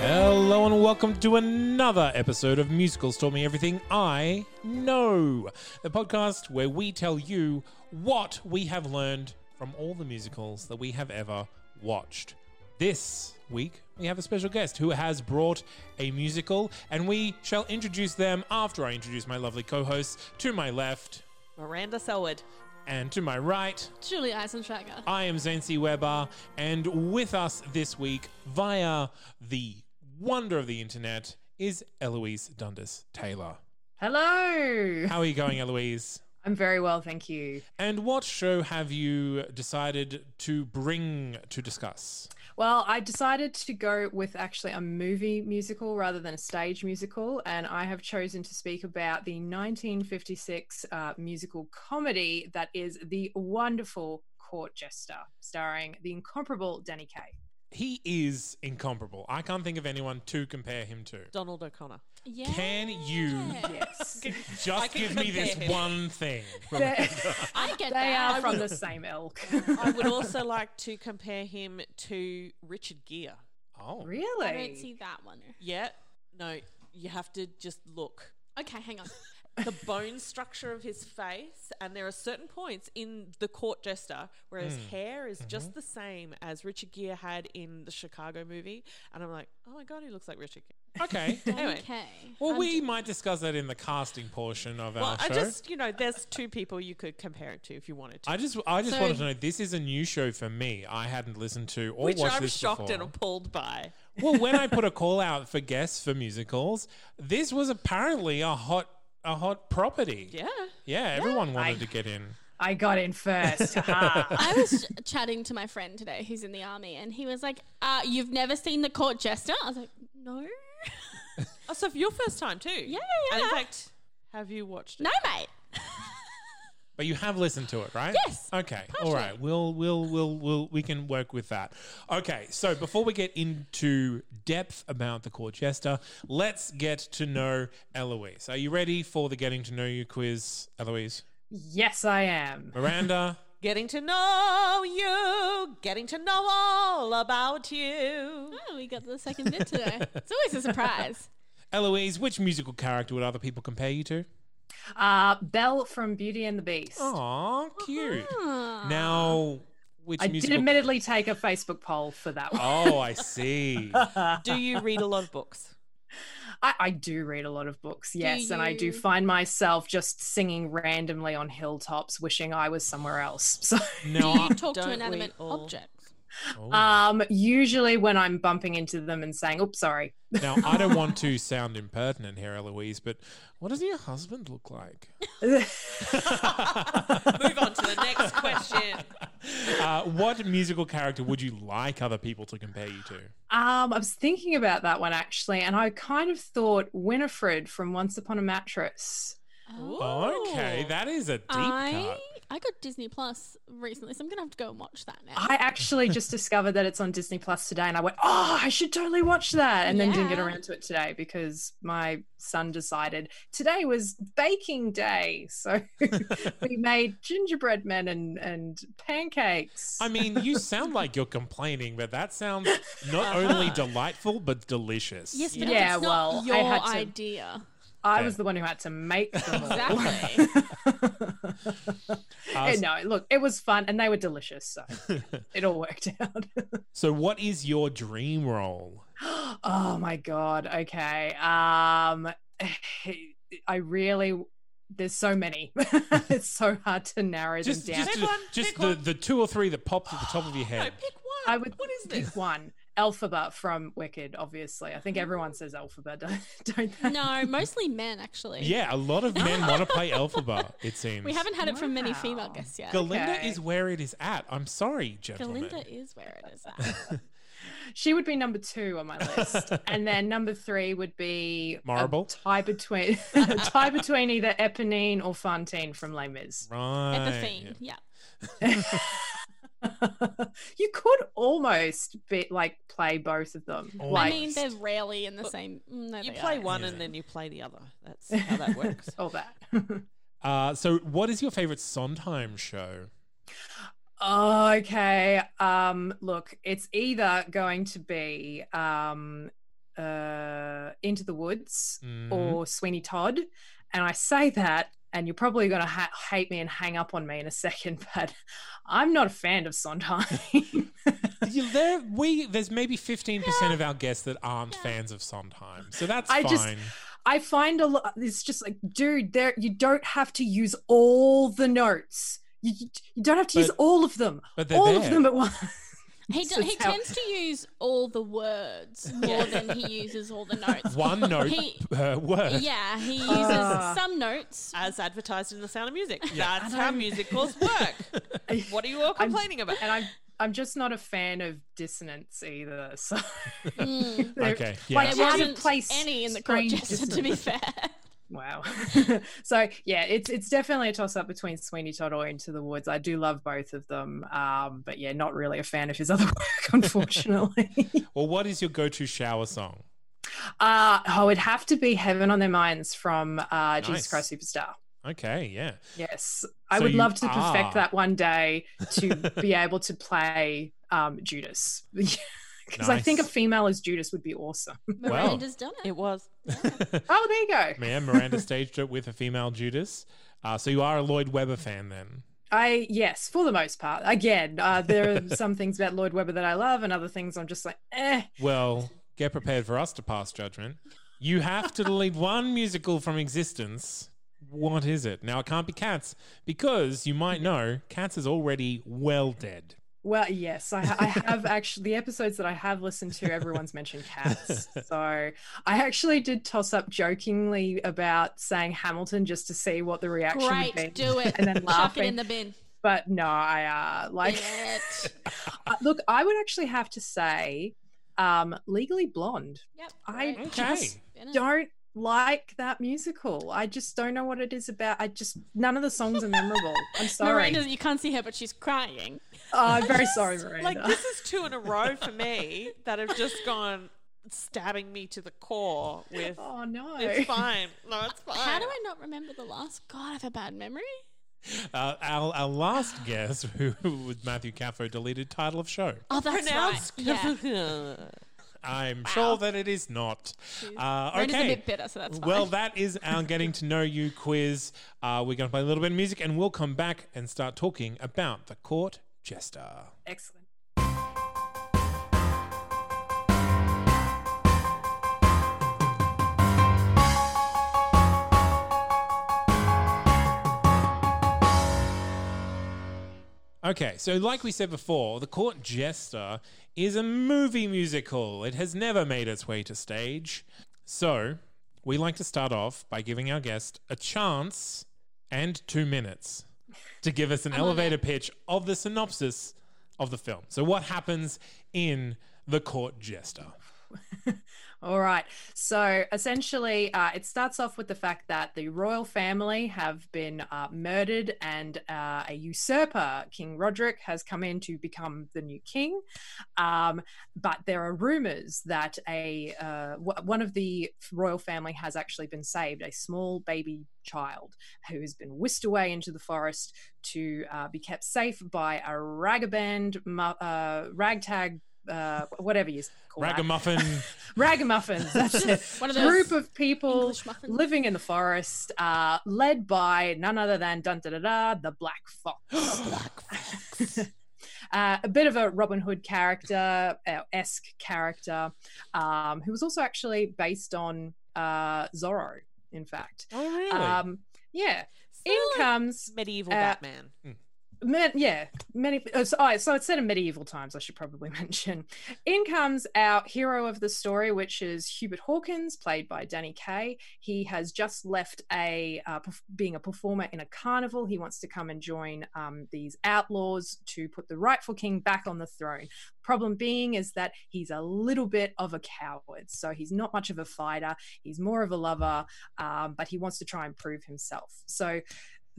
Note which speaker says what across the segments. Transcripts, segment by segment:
Speaker 1: Hello and welcome to another episode of Musicals Taught Me Everything I Know, the podcast where we tell you what we have learned from all the musicals that we have ever watched. This week, we have a special guest who has brought a musical, and we shall introduce them after I introduce my lovely co hosts to my left
Speaker 2: Miranda Selwood.
Speaker 1: and to my right.
Speaker 3: Julie Eisenschlager.
Speaker 1: I am Zane C. Weber, and with us this week, via the wonder of the internet, is Eloise Dundas Taylor.
Speaker 4: Hello.
Speaker 1: How are you going, Eloise?
Speaker 4: I'm very well, thank you.
Speaker 1: And what show have you decided to bring to discuss?
Speaker 4: Well, I decided to go with actually a movie musical rather than a stage musical, and I have chosen to speak about the 1956 uh, musical comedy that is The Wonderful Court Jester, starring the incomparable Danny Kaye.
Speaker 1: He is incomparable. I can't think of anyone to compare him to.
Speaker 2: Donald O'Connor.
Speaker 3: Yeah.
Speaker 1: Can you-
Speaker 4: Yes.
Speaker 2: I
Speaker 1: Just
Speaker 2: can
Speaker 1: give me this
Speaker 2: compare him.
Speaker 1: one thing.
Speaker 4: they
Speaker 3: I get
Speaker 4: they
Speaker 3: that.
Speaker 4: are
Speaker 3: I
Speaker 4: from
Speaker 3: would-
Speaker 4: the same ilk.
Speaker 2: I would also like to compare him to Richard Gere.
Speaker 1: Oh,
Speaker 4: really?
Speaker 3: I don't see that one.
Speaker 2: Yeah? No, you have to just look.
Speaker 3: Okay, hang on.
Speaker 2: The bone structure of his face, and there are certain points in the court jester where his
Speaker 1: Hmm.
Speaker 2: hair is
Speaker 1: Mm-hmm.
Speaker 2: just the same as Richard Gere had in the Chicago movie. And I'm like, oh my god, he looks like Richard Gere.
Speaker 1: okay.
Speaker 2: Anyway.
Speaker 3: Okay. Um,
Speaker 1: Well,
Speaker 3: I'm
Speaker 1: we
Speaker 3: d-
Speaker 1: might discuss that in the casting portion of
Speaker 2: Well,
Speaker 1: our
Speaker 2: I
Speaker 1: show.
Speaker 2: just, you know, there's two people you could compare it to if you wanted to.
Speaker 1: I just, I just
Speaker 3: So-
Speaker 1: wanted to know. This is a new show for me. I hadn't listened to or
Speaker 2: which
Speaker 1: watched
Speaker 2: I'm
Speaker 1: this
Speaker 2: shocked
Speaker 1: before.
Speaker 2: and appalled by.
Speaker 1: well, when I put a call out for guests for musicals, this was apparently a hot, a hot property.
Speaker 2: Yeah.
Speaker 1: Yeah, everyone wanted
Speaker 4: I-
Speaker 1: to get in.
Speaker 4: I got in first. Ha.
Speaker 3: I was ch- chatting to my friend today who's in the army, and he was like, uh, You've never seen the court jester? I was like, No.
Speaker 2: Oh, so for your first time too? Yeah,
Speaker 3: yeah,
Speaker 2: And in
Speaker 3: yeah.
Speaker 2: fact, have you watched it?
Speaker 3: No, mate.
Speaker 1: But you have listened to it, right?
Speaker 3: Yes,
Speaker 1: Okay. All right. We'll, we'll, we'll, we'll, we can work with that. Okay. So before we get into depth about the court jester, let's get to know Eloise. Are you ready for the getting to know you quiz, Eloise?
Speaker 4: yes, I am.
Speaker 1: Miranda,
Speaker 2: Getting to know you, getting to know all about you.
Speaker 3: Oh, we got the second bit today. It's always a surprise.
Speaker 1: Eloise, which musical character would other people compare you to?
Speaker 4: Uh, Belle from Beauty and the Beast.
Speaker 1: Oh. Aw, cute.
Speaker 3: Aw.
Speaker 1: Now, which
Speaker 4: I
Speaker 1: musical?
Speaker 4: did admittedly take a Facebook poll for that one.
Speaker 1: oh, I see.
Speaker 2: Do you read a lot of books?
Speaker 4: I, I do read a lot of books, yes, and I do
Speaker 3: you?
Speaker 4: find myself just singing randomly on hilltops, wishing I was somewhere else. So,
Speaker 1: No,
Speaker 3: Do you
Speaker 1: I-
Speaker 3: talk
Speaker 2: don't
Speaker 3: to
Speaker 2: we
Speaker 3: inanimate
Speaker 2: all?
Speaker 3: objects?
Speaker 1: oh.
Speaker 4: um, usually when I'm bumping into them and saying, "Oops, sorry,"
Speaker 1: now I don't want to sound impertinent here, Eloise, but what does your husband look like?
Speaker 4: Um,
Speaker 2: Move on to the next question.
Speaker 1: Uh, what musical character would you like other people to compare you to?
Speaker 4: um, I was thinking about that one actually, and I kind of thought Winifred from Once Upon a Mattress.
Speaker 1: Okay,
Speaker 2: Ooh.
Speaker 1: that is a deep
Speaker 3: Oh, I,
Speaker 1: cut. Ah,
Speaker 3: I got Disney Plus recently, so I'm going to have to go and watch that now.
Speaker 4: I actually just discovered that it's on Disney Plus today, and I went, "Oh, I should totally watch that," and then didn't get
Speaker 3: Yeah.
Speaker 4: around to it today because my son decided today was baking day, so we made gingerbread men and and pancakes.
Speaker 1: I mean, you sound like you're complaining, but that sounds not only delightful but delicious.
Speaker 3: yes, but
Speaker 4: Yeah,
Speaker 3: it's not
Speaker 4: well, I
Speaker 3: your
Speaker 4: had to-
Speaker 3: idea.
Speaker 4: I
Speaker 1: Fair.
Speaker 4: was the one who had to make them all.
Speaker 3: Exactly.
Speaker 1: Uh,
Speaker 4: And no, look, it was fun and they were delicious. So it all worked out.
Speaker 1: so, what is your dream role?
Speaker 4: oh my god okay um i really there's so many it's so hard to narrow
Speaker 1: Just,
Speaker 4: them down
Speaker 1: just,
Speaker 2: Pick one,
Speaker 1: just
Speaker 2: pick
Speaker 1: the,
Speaker 2: one.
Speaker 1: the two or three that popped at the top of your
Speaker 2: No,
Speaker 1: head.
Speaker 2: pick one.
Speaker 4: i would
Speaker 2: what is
Speaker 4: pick
Speaker 2: this?
Speaker 4: one Elphaba from Wicked, obviously. I think everyone says Elphaba, don't, don't they?
Speaker 3: no, mostly men actually.
Speaker 1: Yeah, a lot of men want to play Elphaba, it seems.
Speaker 3: We haven't had it from many female
Speaker 4: Wow.
Speaker 3: guests yet.
Speaker 1: Galinda
Speaker 4: Okay.
Speaker 1: is where it is at. I'm sorry, gentlemen.
Speaker 3: Galinda is where it is at.
Speaker 4: She would be number two on my list. and then number three would be a
Speaker 1: Marble?
Speaker 4: tie between a tie between either Eponine or Fantine from Les Mis.
Speaker 1: right.
Speaker 3: Epiphane. Yeah.
Speaker 4: you could almost be like play both of them.
Speaker 1: I
Speaker 3: I
Speaker 4: Like
Speaker 3: mean, they're rarely in the same. mm, No,
Speaker 2: You
Speaker 3: they
Speaker 2: play
Speaker 3: are.
Speaker 2: one
Speaker 1: Yeah.
Speaker 2: and then you play the other. That's how that works.
Speaker 4: all that.
Speaker 1: Uh, so, what is your favorite Sondheim show?
Speaker 4: Oh, okay. Um, look, it's either going to be um, uh, Into the Woods
Speaker 1: Mhm.
Speaker 4: or Sweeney Todd, and I say that, and you're probably going to ha- hate me and hang up on me in a second, but I'm not a fan of Sondheim.
Speaker 1: You- there, we there's maybe fifteen percent of our guests that aren't fans of Sondheim, so that's
Speaker 4: I
Speaker 1: fine.
Speaker 4: just- I find a lot. It's just like, dude, there you don't have to use all the notes. You, you- you don't have to use
Speaker 1: But-
Speaker 4: all of them.
Speaker 1: but they're
Speaker 4: all
Speaker 1: there.
Speaker 4: of them at once.
Speaker 3: He,
Speaker 4: So
Speaker 3: do, he
Speaker 4: it's how-
Speaker 3: tends to use all the words more than he uses all the notes.
Speaker 1: One note
Speaker 3: He-
Speaker 1: per word.
Speaker 3: Yeah, he uses
Speaker 4: Ah.
Speaker 3: some notes.
Speaker 2: As advertised in The Sound of Music. That's
Speaker 4: I
Speaker 2: how
Speaker 4: don't-
Speaker 2: musicals work. what are you all
Speaker 4: I'm-
Speaker 2: complaining about?
Speaker 4: and I'm I'm just not a fan of dissonance either. So
Speaker 3: Mm.
Speaker 4: They're-
Speaker 1: Okay, yeah.
Speaker 4: like
Speaker 3: There
Speaker 4: out of
Speaker 3: wasn't
Speaker 4: place
Speaker 3: any in the court
Speaker 4: strange
Speaker 3: jester, to be
Speaker 4: dissonance.
Speaker 3: fair.
Speaker 4: Wow. so yeah, it's it's definitely a toss up between Sweeney Todd or Into the Woods. I do love both of them, um, but yeah, not really a fan of his other work, unfortunately.
Speaker 1: Well, what is your go-to shower song?
Speaker 4: uh, oh, it'd have to be Heaven on Their Minds from uh,
Speaker 1: Nice.
Speaker 4: Jesus Christ Superstar.
Speaker 1: Okay, yeah.
Speaker 4: Yes, I
Speaker 1: So
Speaker 4: would
Speaker 1: you Ah.
Speaker 4: love to
Speaker 1: are-
Speaker 4: perfect that one day to be able to play um, Judas. Because I think a
Speaker 1: Nice.
Speaker 4: female as Judas would be awesome.
Speaker 1: Wow.
Speaker 3: Miranda's done it.
Speaker 2: It was.
Speaker 4: Oh, there you go.
Speaker 1: Man, Miranda staged it with a female Judas. Uh, so you are a Lloyd Webber fan then?
Speaker 4: I yes, for the most part. Again, uh, there are some things about Lloyd Webber that I love, and other things I'm just like, eh.
Speaker 1: Well, get prepared for us to pass judgment. You have to delete one musical from existence. What is it? Now it can't be Cats because you might know Cats is already well dead.
Speaker 4: Well, yes, I, I have actually the episodes that I have listened to. Everyone's mentioned cats, so I actually did toss up jokingly about saying Hamilton just to see what the reaction would
Speaker 3: Great,
Speaker 4: be,
Speaker 3: do it.
Speaker 4: and then
Speaker 3: Chuck it in
Speaker 4: laughing.
Speaker 3: the bin.
Speaker 4: but no, I uh, like
Speaker 3: Yeah.
Speaker 4: Uh, look. I would actually have to say, um, Legally Blonde.
Speaker 3: Yep.
Speaker 4: I
Speaker 3: great.
Speaker 1: Okay.
Speaker 3: Spin it.
Speaker 4: don't like that musical. I just don't know what it is about. I just none of the songs are memorable. I'm sorry.
Speaker 3: Miranda, you can't see her, but she's crying.
Speaker 4: Oh, I'm very sorry, Miranda.
Speaker 2: Like, this is two in a row for me that have just gone stabbing me to the core with.
Speaker 4: oh no.
Speaker 2: It's fine. No, it's fine.
Speaker 3: How do I not remember the last? God, I have a bad memory.
Speaker 1: Uh, our, our last guest, who was Matthew Caffo, deleted title of show.
Speaker 3: Oh, that's
Speaker 2: pronounce?
Speaker 3: right. Yeah.
Speaker 1: I'm sure that it is not. Uh, okay.
Speaker 3: Miranda's a bit bitter, so that's fine.
Speaker 1: Well, that is our getting to know you quiz. Uh, we're going to play a little bit of music and we'll come back and start talking about the court jester.
Speaker 4: Excellent.
Speaker 1: Okay, so like we said before, The Court Jester is a movie musical. It has never made its way to stage. So, we like to start off by giving our guest a chance and two minutes to give us an elevator pitch of the synopsis of the film. So, what happens in The Court Jester?
Speaker 4: All right. So essentially, uh, it starts off with the fact that the royal family have been uh, murdered, and uh, a usurper, King Roderick, has come in to become the new king. Um, but there are rumors that a uh, w- one of the royal family has actually been saved, a small baby child who has been whisked away into the forest to uh, be kept safe by a ragaband, mu- uh, ragtag uh, whatever you call that.
Speaker 1: Ragamuffin.
Speaker 4: ragamuffins. That's it.
Speaker 3: One of those
Speaker 4: Group of people
Speaker 3: English muffins.
Speaker 4: living in the forest, uh, led by none other than dun da da da, the Black Fox.
Speaker 1: Black
Speaker 4: Uh, a bit of a Robin Hood character, uh, esque character, um, who was also actually based on uh, Zorro, in fact.
Speaker 1: Oh, really?
Speaker 4: Um, yeah.
Speaker 2: So
Speaker 4: In
Speaker 2: like
Speaker 4: comes
Speaker 2: medieval
Speaker 4: uh,
Speaker 2: Batman.
Speaker 4: Me- yeah, many. Oh, so, oh, so it's set in medieval times. I should probably mention. In comes our hero of the story, which is Hubert Hawkins, played by Danny Kaye. He has just left a uh, perf- being a performer in a carnival. He wants to come and join um, these outlaws to put the rightful king back on the throne. Problem being is that he's a little bit of a coward, so he's not much of a fighter. He's more of a lover, um, but he wants to try and prove himself. So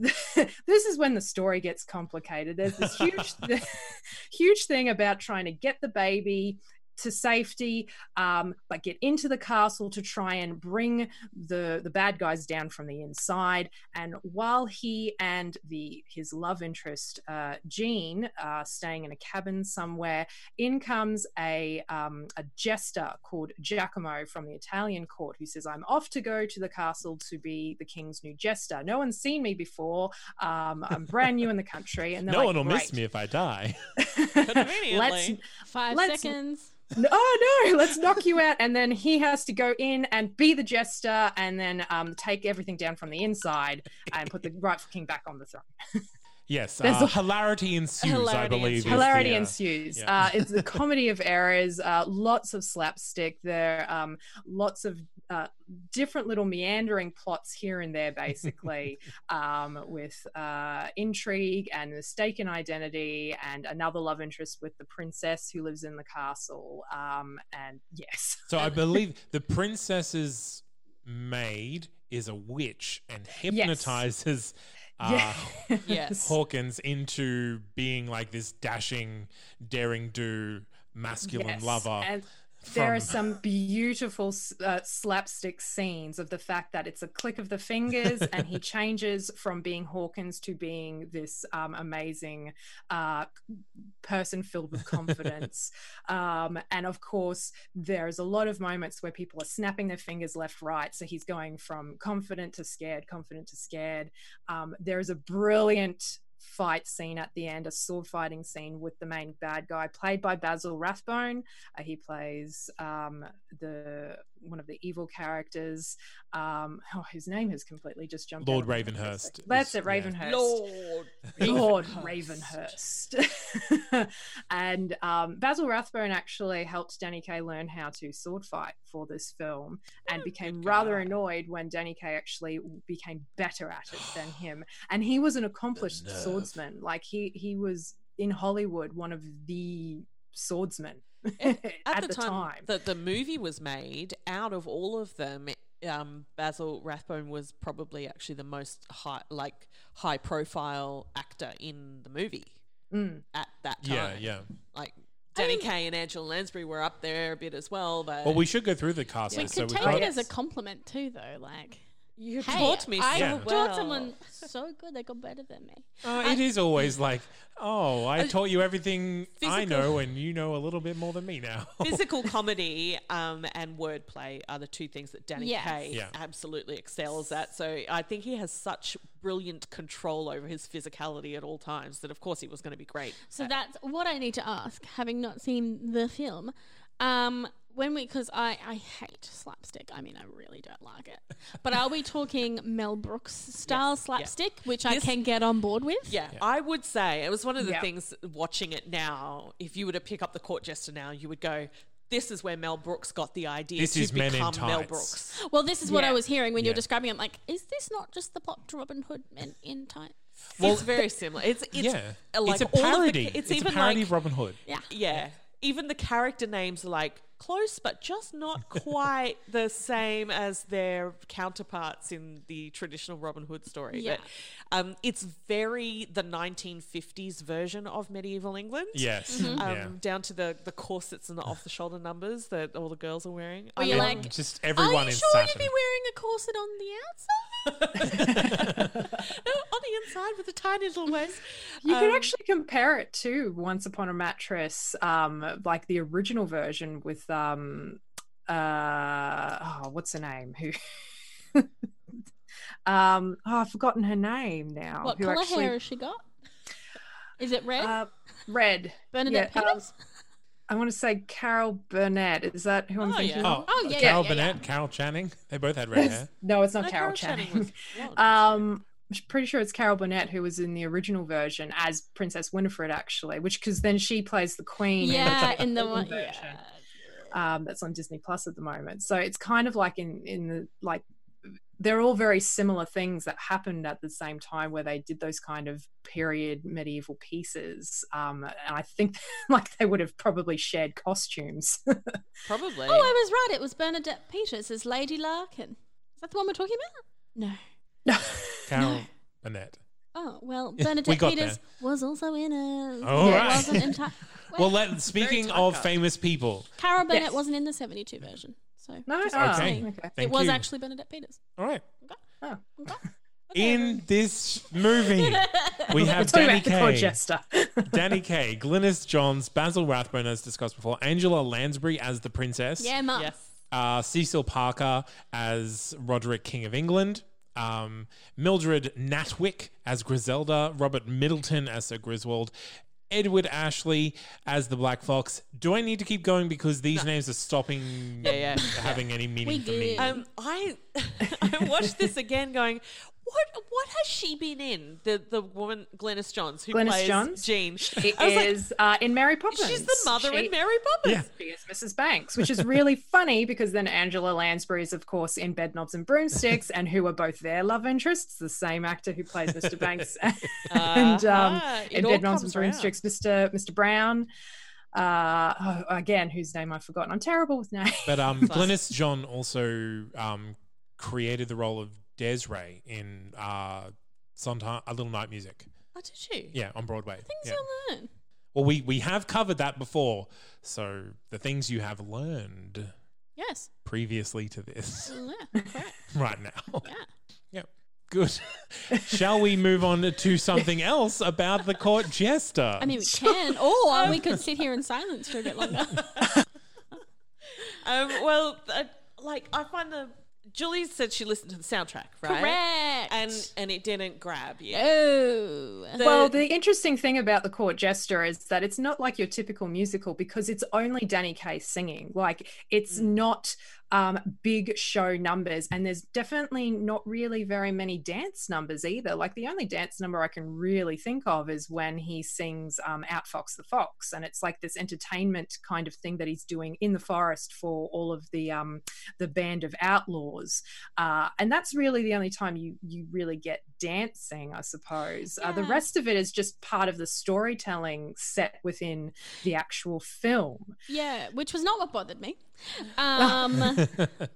Speaker 4: this is when the story gets complicated. There's this huge, huge thing about trying to get the baby to safety, um, but get into the castle to try and bring the the bad guys down from the inside. And while he and the his love interest uh, Jean are staying in a cabin somewhere, in comes a um, a jester called Giacomo from the Italian court, who says, "I'm off to go to the castle to be the king's new jester. No one's seen me before. Um, I'm brand new in the country, and
Speaker 1: no
Speaker 4: they're like,
Speaker 1: one will miss
Speaker 4: "Great."
Speaker 1: me if I die.
Speaker 4: Let's
Speaker 2: Conveniently.
Speaker 3: Five
Speaker 4: Let's-
Speaker 3: seconds.
Speaker 4: no, oh no, let's knock you out. And then he has to go in and be the jester and then um, take everything down from the inside and put the rightful king back on the throne.
Speaker 1: Yes.
Speaker 4: There's
Speaker 1: uh,
Speaker 4: a-
Speaker 1: hilarity ensues, I
Speaker 3: Hilarity
Speaker 1: believe.
Speaker 3: ensues.
Speaker 1: is the,
Speaker 4: Hilarity
Speaker 1: uh,
Speaker 4: ensues.
Speaker 1: yeah.
Speaker 4: Uh, it's a comedy of errors, uh, lots of slapstick. There are um, lots of uh, different little meandering plots here and there, basically, um, with uh, intrigue and mistaken identity and another love interest with the princess who lives in the castle. Um, and yes.
Speaker 1: So I believe the princess's maid is a witch and hypnotizes uh,
Speaker 4: Yeah.
Speaker 2: Yes.
Speaker 1: Hawkins into being like this dashing, daring do masculine
Speaker 4: Yes,
Speaker 1: lover.
Speaker 4: And there are
Speaker 1: from-
Speaker 4: some beautiful s- uh, slapstick scenes of the fact that it's a click of the fingers and he changes from being Hawkins to being this um, amazing uh, person filled with confidence. um, and of course, there's a lot of moments where people are snapping their fingers left, right. So he's going from confident to scared, confident to scared. Um, there is a brilliant fight scene at the end, a sword fighting scene with the main bad guy, played by Basil Rathbone. Uh, he plays um, the one of the evil characters. Um, oh, his name has completely just jumped. out
Speaker 1: Lord
Speaker 4: of my mind for a
Speaker 1: Ravenhurst
Speaker 4: sec. That's
Speaker 1: is-
Speaker 4: it,
Speaker 1: yeah.
Speaker 4: Ravenhurst.
Speaker 2: Lord.
Speaker 4: Lord
Speaker 2: Ravenhurst.
Speaker 4: Ravenhurst. and um, Basil Rathbone actually helped Danny Kaye learn how to sword fight for this film and
Speaker 2: Oh,
Speaker 4: became
Speaker 2: good
Speaker 4: rather
Speaker 2: guy.
Speaker 4: annoyed when Danny Kaye actually became better at it than him. And he was an accomplished
Speaker 1: nerve.
Speaker 4: swordsman. Like he, he was in Hollywood, one of the swordsmen
Speaker 2: At,
Speaker 4: at,
Speaker 2: the, time, that the movie was made, out of all of them, um, Basil Rathbone was probably actually the most high, like high profile actor in the movie
Speaker 4: Mm.
Speaker 2: at that time.
Speaker 1: yeah, yeah.
Speaker 2: Like Danny
Speaker 3: mean-
Speaker 2: Kaye and Angela Lansbury were up there a bit as well, but
Speaker 1: Well, we should go through the cast.
Speaker 3: We
Speaker 1: list, so
Speaker 3: could
Speaker 1: we
Speaker 3: take
Speaker 1: can't-
Speaker 3: it as a compliment too, though. Like,
Speaker 2: you
Speaker 3: hey,
Speaker 2: taught me
Speaker 3: I
Speaker 2: so
Speaker 1: Yeah.
Speaker 3: taught
Speaker 2: well.
Speaker 3: someone so good they got better than me.
Speaker 1: Oh, it is always like, oh, I taught you everything I
Speaker 2: Physical-
Speaker 1: know, and you know a little bit more than me now.
Speaker 2: Physical comedy um, and wordplay are the two things that Danny
Speaker 3: Yes.
Speaker 2: Kaye
Speaker 1: Yeah.
Speaker 2: absolutely excels at. So I think he has such brilliant control over his physicality at all times that, of course, he was going to be great.
Speaker 1: Uh,
Speaker 2: Uh,
Speaker 3: So that's what I need to ask, having not seen the film. Um, when we, because I, I hate slapstick. I mean, I really don't like it. But are we talking Mel Brooks style slapstick, which I
Speaker 2: This-
Speaker 3: can get on board with?
Speaker 2: Yeah, I would say it was one of the
Speaker 4: Yeah.
Speaker 2: things watching it now. If you were to pick up the court jester now, you would go, "This is where Mel Brooks got the idea
Speaker 1: This
Speaker 2: to
Speaker 1: is Men in
Speaker 2: become Mel
Speaker 1: Tights.
Speaker 2: Brooks."
Speaker 3: Well, this is what I
Speaker 4: Yeah.
Speaker 3: was hearing when you
Speaker 1: Yeah.
Speaker 3: were describing it. I'm like, is this not just the plot to Robin Hood Men in Tights?
Speaker 2: it's very similar. It's, it's
Speaker 1: yeah,
Speaker 2: uh, like
Speaker 1: it's a
Speaker 2: all of the ca-
Speaker 1: parody.
Speaker 2: it's
Speaker 1: it's
Speaker 2: even
Speaker 1: a parody
Speaker 2: like
Speaker 1: of Robin Hood.
Speaker 3: Yeah.
Speaker 2: Yeah. Even the character names are like close, but just not quite the same as their counterparts in the traditional Robin Hood story.
Speaker 3: Yeah.
Speaker 2: But, um, it's very the 1950s version of medieval England.
Speaker 1: Yes,
Speaker 2: Um,
Speaker 1: yeah.
Speaker 2: Down to the, the corsets and the off the shoulder numbers that all the girls are wearing. Um,
Speaker 3: Or
Speaker 2: I
Speaker 3: you're
Speaker 2: love-
Speaker 3: like,
Speaker 1: just everyone
Speaker 3: are you
Speaker 1: in
Speaker 3: sure
Speaker 1: satin.
Speaker 3: you'd be wearing a corset on the outside?
Speaker 2: No, oh, on the inside with a tiny little waist.
Speaker 4: You
Speaker 2: Um,
Speaker 4: could actually compare it to Once Upon a Mattress, um, like the original version with um, uh, oh, what's her name? Who? um, oh, I've forgotten her name now.
Speaker 3: what
Speaker 4: Oh, who
Speaker 3: color
Speaker 4: actually-
Speaker 3: hair has she got? Is it red?
Speaker 4: Uh, red.
Speaker 3: Bernadette
Speaker 4: yeah, um,
Speaker 3: Peters?
Speaker 4: I want to say Carol Burnett. Is that who I'm
Speaker 2: Oh,
Speaker 4: thinking?
Speaker 2: yeah.
Speaker 4: of?
Speaker 1: Oh,
Speaker 3: Oh, yeah, yeah,
Speaker 1: Carol
Speaker 3: yeah,
Speaker 1: Burnett, Carol Channing. They both had red hair.
Speaker 4: No, it's not
Speaker 2: No,
Speaker 4: Carol,
Speaker 2: Carol Channing
Speaker 4: Channing.
Speaker 2: was blonde, wasn't
Speaker 4: Um, I'm pretty sure it's Carol Burnett who was in the original version as Princess Winifred, actually, which because then she plays the Queen. in
Speaker 3: yeah, in the
Speaker 4: Queen
Speaker 3: one. Yeah.
Speaker 4: version, um, that's on Disney Plus at the moment. So it's kind of like in in the like they're all very similar things that happened at the same time where they did those kind of period medieval pieces. Um, and I think like they would have probably shared costumes.
Speaker 2: Probably.
Speaker 3: Oh, I was right. It was Bernadette Peters as Lady Larkin. Is that the one we're talking about? No.
Speaker 1: Carol Burnett.
Speaker 3: Oh well,
Speaker 1: Yeah, we
Speaker 3: Bernadette
Speaker 1: got
Speaker 3: Peters was also in it.
Speaker 1: All
Speaker 3: It
Speaker 1: right.
Speaker 3: wasn't in time.
Speaker 1: Well, let, speaking of
Speaker 2: typecast.
Speaker 1: famous people,
Speaker 3: Carol Burnett
Speaker 4: Yes. wasn't
Speaker 3: wasn't in the seventy-two version, so
Speaker 4: no,
Speaker 3: Just
Speaker 4: Oh,
Speaker 1: okay.
Speaker 3: saying.
Speaker 4: okay.
Speaker 1: Thank
Speaker 3: it was
Speaker 1: you.
Speaker 3: actually Bernadette Peters.
Speaker 1: All right.
Speaker 4: Oh.
Speaker 1: In this movie, we
Speaker 4: We're
Speaker 1: have
Speaker 4: talking
Speaker 1: Danny
Speaker 4: about the court
Speaker 1: Kaye,
Speaker 4: jester.
Speaker 1: Danny Kaye, Glynis Johns, Basil Rathbone, as discussed before, Angela Lansbury as the princess,
Speaker 3: Yeah, mum.
Speaker 2: yes.
Speaker 1: uh, Cecil Parker as Roderick, King of England, um, Mildred Natwick as Griselda, Robert Middleton as Sir Griswold, Edward Ashley as the Black Fox. Do I need to keep going because these names are stopping
Speaker 2: Yeah, yeah.
Speaker 1: having any meaning for me?
Speaker 3: good.
Speaker 2: Um, I I watched this again, going, what what has she been in? The the woman Glennis Johns who
Speaker 4: Glenys
Speaker 2: plays
Speaker 4: Johns?
Speaker 2: Jean.
Speaker 4: It
Speaker 2: I was like,
Speaker 4: is uh, in Mary Poppins.
Speaker 2: she's the mother
Speaker 4: She-
Speaker 2: in Mary Poppins.
Speaker 1: Yeah.
Speaker 4: She is Mrs. Banks, which is really funny because then Angela Lansbury is, of course, in Bedknobs and Broomsticks, and who are both their love interests, the same actor who plays Mr. Banks and um,
Speaker 2: Uh-huh. It
Speaker 4: in
Speaker 2: all
Speaker 4: Bedknobs and
Speaker 2: comes around.
Speaker 4: Broomsticks, Mr. Mr. Brown. Uh, oh, again, whose name I've forgotten. I'm terrible with names.
Speaker 1: But um, Glynis John also um, created the role of Desiree in uh, Sondheim, A Little Night Music.
Speaker 3: Oh, did she?
Speaker 1: Yeah, on Broadway.
Speaker 3: Things
Speaker 1: Yeah.
Speaker 3: you'll learn.
Speaker 1: Well, we, we have covered that before. So the things you have learned
Speaker 3: Yes.
Speaker 1: previously to this
Speaker 3: Yeah. Correct.
Speaker 1: right now.
Speaker 3: Yeah.
Speaker 1: Yep. Good. Shall we move on to something else about the court jester?
Speaker 3: I mean, we can, or we could sit here in silence for a bit longer.
Speaker 2: Um, well, uh, like I find the Julie said she listened to the soundtrack, right?
Speaker 3: Correct.
Speaker 2: And and it didn't grab you.
Speaker 3: oh,
Speaker 2: The-
Speaker 4: Well, the interesting thing about the court jester is that it's not like your typical musical because it's only Danny Kaye singing. Like it's not um, big show numbers, and there's definitely not really very many dance numbers either. Like the only dance number I can really think of is when he sings um, "Outfox the Fox," and it's like this entertainment kind of thing that he's doing in the forest for all of the um, the band of outlaws uh, and that's really the only time you you really get dancing i suppose uh, the
Speaker 3: Yeah.
Speaker 4: rest of it is just part of the storytelling set within the actual film
Speaker 3: Yeah, which was not what bothered me. Um,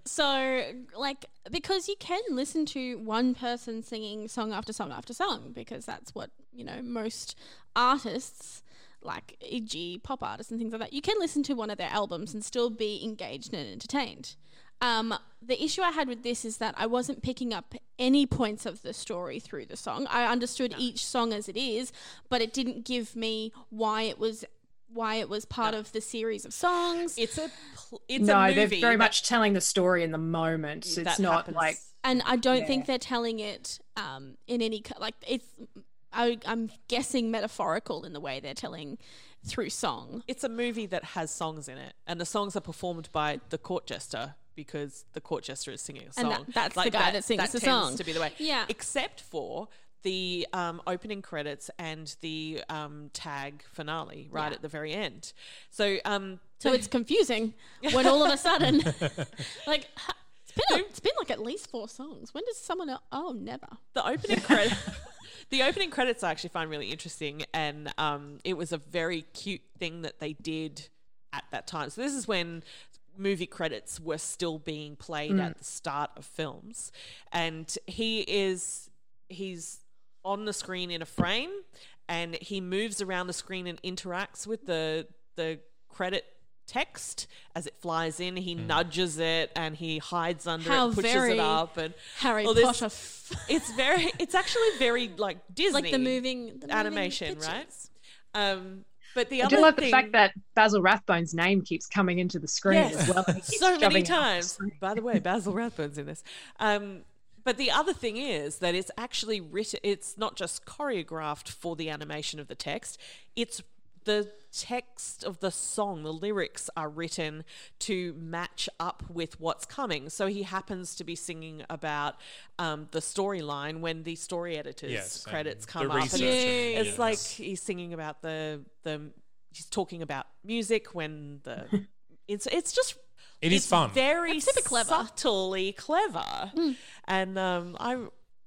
Speaker 3: so, like, because you can listen to one person singing song after song after song, because that's what, you know, most artists, like, e.g., pop artists and things like that, you can listen to one of their albums and still be engaged and entertained. Um, the issue I had with this is that I wasn't picking up any points of the story through the song. I understood each song as it is, but it didn't give me why it was why it was part of the series of songs.
Speaker 2: it's a pl- it's
Speaker 4: no
Speaker 2: a movie.
Speaker 4: they're very
Speaker 2: that- Mm,
Speaker 4: much telling the story in the moment
Speaker 2: that
Speaker 4: it's not
Speaker 2: happens.
Speaker 4: like
Speaker 3: and I don't think they're telling it um, in any co- like it's. I, I'm guessing metaphorical in the way they're telling through song.
Speaker 2: it's a movie that has songs in it, and the songs are performed by the court jester because the court jester is singing a song.
Speaker 3: And that- that's the guy that sings the
Speaker 2: tends
Speaker 3: song.
Speaker 2: To be the way,
Speaker 3: Yeah.
Speaker 2: Except for the um, opening credits and the um, tag finale right at the very end. So, um,
Speaker 3: So it's confusing when all of a sudden, like, ha- it's been, a, it's been like at least four songs. When does someone else? Oh, never.
Speaker 2: the opening credit the opening credits I actually find really interesting and um, it was a very cute thing that they did at that time. So this is when movie credits were still being played
Speaker 3: Mm.
Speaker 2: at the start of films and he is he's on the screen in a frame and he moves around the screen and interacts with the the credit text as it flies in. He nudges it and he hides under
Speaker 3: How
Speaker 2: it, pushes
Speaker 3: very
Speaker 2: it up, and
Speaker 3: Harry
Speaker 2: all this-
Speaker 3: Potter. f-
Speaker 2: It's very. It's actually very like Disney,
Speaker 3: like the moving the
Speaker 2: animation,
Speaker 3: moving
Speaker 2: right?
Speaker 3: pictures.
Speaker 2: Um, but the
Speaker 4: I
Speaker 2: other
Speaker 4: do love
Speaker 2: thing,
Speaker 4: the fact that Basil Rathbone's name keeps coming into the screen
Speaker 2: Yes.
Speaker 4: as well. He keeps
Speaker 2: so
Speaker 4: shoving
Speaker 2: many
Speaker 4: it up the
Speaker 2: times.
Speaker 4: screen.
Speaker 2: By the way, Basil Rathbone's in this. Um, but the other thing is that it's actually written. It's not just choreographed for the animation of the text. It's the text of the song. The lyrics are written to match up with what's coming. So he happens to be singing about um, the storyline when the story editors
Speaker 1: Yes, and
Speaker 2: credits
Speaker 1: the
Speaker 2: come up. and
Speaker 1: research
Speaker 2: it's-
Speaker 1: and-
Speaker 2: it's
Speaker 1: yes.
Speaker 2: like he's singing about the the he's talking about music when the it's it's just
Speaker 1: It is
Speaker 2: it's
Speaker 1: fun.
Speaker 2: very
Speaker 3: It's super clever.
Speaker 2: subtly clever,
Speaker 4: Mm.
Speaker 2: and um, I,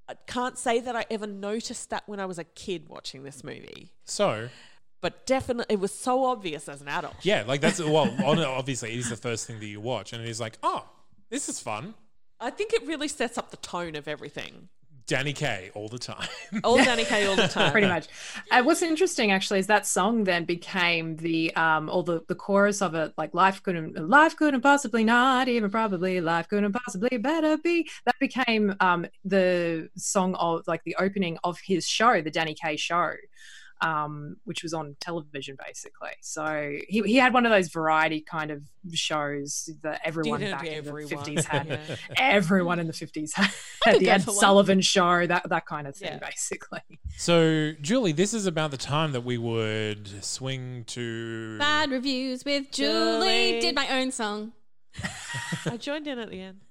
Speaker 2: I can't say that I ever noticed that when I was a kid watching this movie,
Speaker 1: So
Speaker 2: but definitely it was so obvious as an adult.
Speaker 1: yeah, like that's well, on- obviously it is the first thing that you watch, and it is like, oh, this is fun.
Speaker 2: I think it really sets up the tone of everything.
Speaker 1: Danny Kaye all the time.
Speaker 3: Oh.
Speaker 2: All Danny Kaye all the time.
Speaker 4: Pretty much. And what's interesting actually is that song then became the um all the, the chorus of it, like life couldn't life couldn't possibly not, even probably life couldn't possibly better be. That became um the song of like the opening of his show, the Danny Kaye show. Um, which was on television basically. So he, he had one of those variety kind of shows that everyone
Speaker 2: Didn't
Speaker 4: back
Speaker 2: everyone?
Speaker 4: in the 50s had.
Speaker 2: Yeah.
Speaker 4: Everyone in the 50s had,
Speaker 3: could
Speaker 4: the
Speaker 3: go
Speaker 4: Ed
Speaker 3: for one.
Speaker 4: Sullivan show, that, that kind of thing,
Speaker 2: Yeah.
Speaker 4: basically.
Speaker 1: so Julie, this is about the time that we would swing to
Speaker 3: Bad reviews with Julie.
Speaker 2: Julie.
Speaker 3: Did my own song.
Speaker 2: I joined in at the end.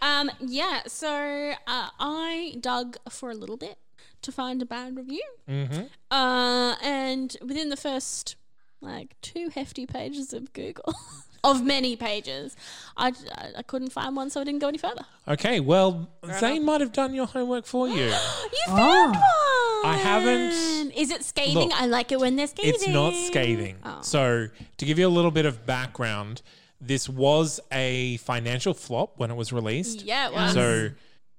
Speaker 3: Um, yeah, so uh, I dug for a little bit to find a bad review.
Speaker 1: Mhm.
Speaker 3: Uh, and within the first like two hefty pages of Google, of many pages, I, I- I couldn't find one, so I didn't go any further.
Speaker 1: Okay, well, Zane might have done your homework for you.
Speaker 3: Oh, You found one!
Speaker 1: Ah. I haven't-
Speaker 3: Is it scathing?
Speaker 1: Look,
Speaker 3: I like it when they're scathing.
Speaker 1: It's not scathing.
Speaker 3: Oh.
Speaker 1: So, to give you a little bit of background, this was a financial flop when it was released.
Speaker 3: yeah, it was.
Speaker 1: So,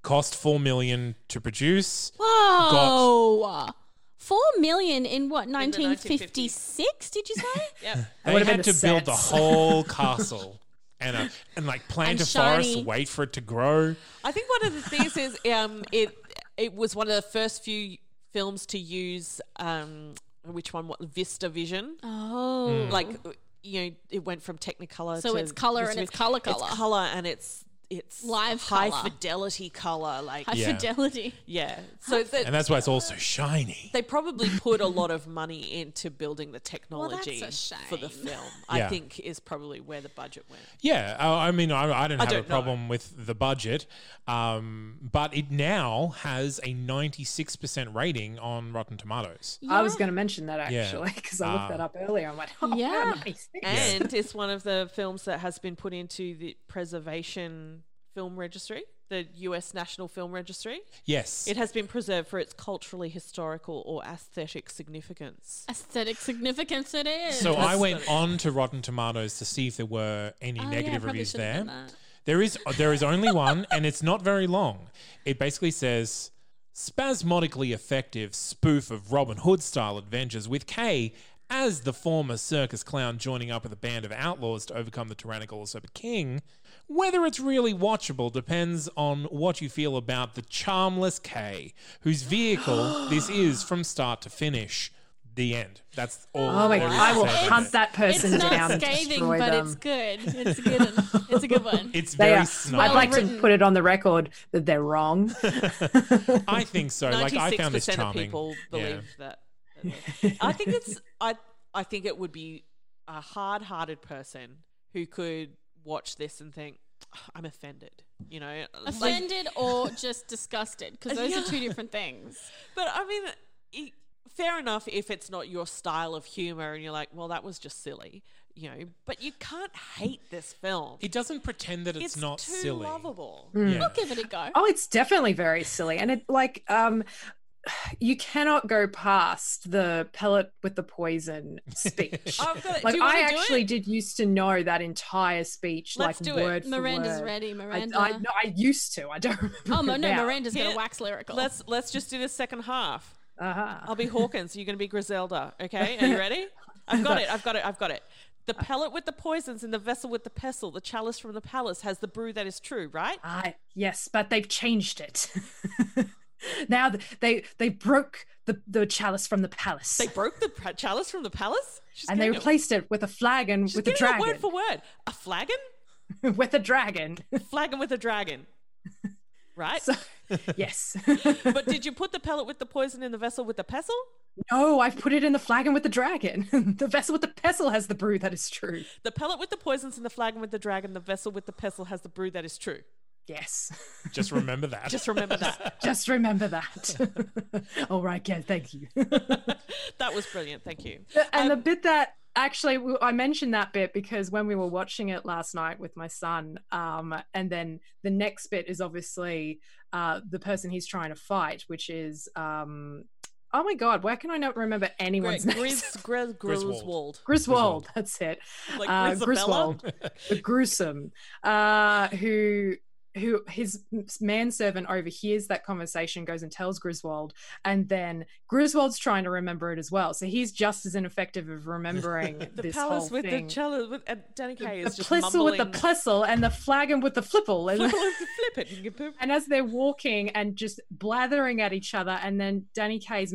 Speaker 1: cost 4 million to produce.
Speaker 3: Whoa! Four million in what,
Speaker 2: the
Speaker 3: 1956, did you say?
Speaker 2: Yeah.
Speaker 1: They
Speaker 4: would've
Speaker 1: had to
Speaker 4: been the
Speaker 1: build the
Speaker 4: sets.
Speaker 1: whole castle. And, a, and like plant
Speaker 3: And
Speaker 1: a forest,
Speaker 3: shiny.
Speaker 1: wait for it to grow.
Speaker 2: I think one of the things is um, it it was one of the first few films to use um, which one? What Vista Vision?
Speaker 3: oh.
Speaker 1: Mm,
Speaker 2: Like you know, it went from Technicolor.
Speaker 3: So
Speaker 2: to
Speaker 3: it's colour
Speaker 2: Vista
Speaker 3: and it's
Speaker 2: Vision.
Speaker 3: colour colour.
Speaker 2: It's color and it's it's
Speaker 3: Live
Speaker 2: high
Speaker 3: colour.
Speaker 2: fidelity color. Like
Speaker 3: High
Speaker 2: yeah,
Speaker 1: Yeah.
Speaker 3: fidelity.
Speaker 2: so that.
Speaker 1: And that's why it's all so shiny.
Speaker 2: they probably put a lot of money into building the technology
Speaker 3: that's a
Speaker 2: for the
Speaker 3: shame.
Speaker 2: film. I
Speaker 1: Yeah.
Speaker 2: think is probably where the budget went.
Speaker 1: Yeah, I, I mean, I, I don't have a
Speaker 2: don't know.
Speaker 1: problem with the budget, um, but it now has a 96% rating on Rotten Tomatoes.
Speaker 4: I was going to mention that actually because I looked
Speaker 1: Ah.
Speaker 4: that up earlier. I'm like, oh, wow,
Speaker 3: Yeah.
Speaker 4: nice.
Speaker 2: and it's one of the films that has been put into the preservation film registry the US National Film Registry.
Speaker 1: Yes.
Speaker 2: It has been preserved for its culturally, historical, or aesthetic significance.
Speaker 3: Aesthetic significance it is.
Speaker 1: So I went on to Rotten Tomatoes to see if there were any
Speaker 3: Oh, yeah, I
Speaker 1: negative
Speaker 3: probably
Speaker 1: reviews
Speaker 3: should
Speaker 1: there.
Speaker 3: have done that.
Speaker 1: There is there is only one, and it's not very long. It basically says spasmodically effective spoof of Robin Hood style adventures with Kay as the former circus clown joining up with a band of outlaws to overcome the tyrannical usurper king. Whether it's really watchable depends on what you feel about the charmless Kay, whose vehicle this is from start to finish. The end. That's all.
Speaker 4: Oh my
Speaker 1: there
Speaker 4: god,
Speaker 1: is to
Speaker 4: I will
Speaker 1: say about
Speaker 4: hunt
Speaker 1: it.
Speaker 4: that
Speaker 3: It's
Speaker 4: person down
Speaker 3: not
Speaker 4: and
Speaker 3: scathing,
Speaker 4: destroy
Speaker 3: but
Speaker 4: them.
Speaker 3: it's good. It's a good. One. It's a good one.
Speaker 1: It's
Speaker 4: They
Speaker 1: very
Speaker 4: are,
Speaker 1: snide.
Speaker 4: I'd like
Speaker 3: written.
Speaker 4: to put it on the record that they're wrong.
Speaker 1: I think so. Like I found this
Speaker 2: of
Speaker 1: charming.
Speaker 2: people
Speaker 1: yeah.
Speaker 2: believe that. I think it's. I I think it would be a hard-hearted person who could watch this and think, "Ah, "I'm offended," you know. like-
Speaker 3: Offended or just disgusted, because those are
Speaker 2: Yeah.
Speaker 3: two different things.
Speaker 2: But I mean, i fair enough if it's not your style of humor and you're like, well, that was just silly, you know. But you can't hate this film.
Speaker 1: It doesn't pretend that it's, not
Speaker 2: too
Speaker 1: silly.
Speaker 2: lovable. Mm.
Speaker 1: Yeah.
Speaker 3: I'll give it a go.
Speaker 4: Oh, it's definitely very silly, and it like um, you cannot go past the pellet with the poison speech.
Speaker 2: I've got it.
Speaker 4: like
Speaker 2: do you
Speaker 4: I
Speaker 2: wanna do
Speaker 4: actually
Speaker 2: it?
Speaker 4: did used to know that entire speech,
Speaker 2: Let's
Speaker 4: like
Speaker 2: do it.
Speaker 4: word for
Speaker 3: Miranda's
Speaker 4: word.
Speaker 3: ready.
Speaker 4: I,
Speaker 3: Miranda.
Speaker 4: I, no, I used to. I don't remember.
Speaker 3: oh no, no,
Speaker 4: now.
Speaker 3: Miranda's
Speaker 2: Yeah.
Speaker 3: gonna wax lyrical.
Speaker 2: Let's let's just do the second half.
Speaker 4: Uh-huh.
Speaker 2: I'll be Hawkins. You're going to be Griselda. Okay, are you ready? I've got it. I've got it. I've got it. The
Speaker 4: Uh,
Speaker 2: pellet with the poisons and the vessel with the pestle, the chalice from the palace has the brew that is true, right?
Speaker 4: Ah, yes, but they've changed it. now th- they they broke the, the chalice from the palace
Speaker 2: They broke the pra- chalice from the palace She's
Speaker 4: and they
Speaker 2: getting it-
Speaker 4: replaced it with a flagon
Speaker 2: she's
Speaker 4: with a
Speaker 2: getting it
Speaker 4: dragon.
Speaker 2: word for word. A flagon?
Speaker 4: with a dragon.
Speaker 2: Flagon with a dragon. Right?
Speaker 4: So, yes.
Speaker 2: but did you put the pellet with the poison in the vessel with the pestle?
Speaker 4: no, I've put it in the flagon with the dragon. the vessel with the pestle has the brew that is true.
Speaker 2: The pellet with the poisons and the flagon with the dragon, the vessel with the pestle has the brew that is true.
Speaker 4: Yes.
Speaker 1: Just remember that.
Speaker 2: Just remember that.
Speaker 4: Just remember that. All right, yeah, thank you.
Speaker 2: that was brilliant. Thank you.
Speaker 4: and the bit that actually w- I mentioned that bit because when we were watching it last night with my son, um, and then the next bit is obviously uh, the person he's trying to fight, which is um, oh my god, where can I not remember
Speaker 2: Great.
Speaker 4: anyone's name?
Speaker 2: Grizz, Grizz, Griswold.
Speaker 1: Griswold.
Speaker 4: Griswold, that's it.
Speaker 2: Like
Speaker 4: Uh,
Speaker 2: Grisabella?
Speaker 4: Griswold, the gruesome, uh, who who his manservant overhears that conversation, goes and tells Griswold, and then Griswold's trying to remember it as well. So he's just as ineffective of remembering
Speaker 2: The
Speaker 4: this
Speaker 2: palace
Speaker 4: whole
Speaker 2: with
Speaker 4: thing.
Speaker 2: the cello with and Danny Kaye
Speaker 4: the
Speaker 2: is just
Speaker 4: plessel with
Speaker 2: mumbling.
Speaker 4: the plessel and the flagon with the flipple. And,
Speaker 2: flip it. You can poop.
Speaker 4: and as they're walking and just blathering at each other, and then Danny Kaye's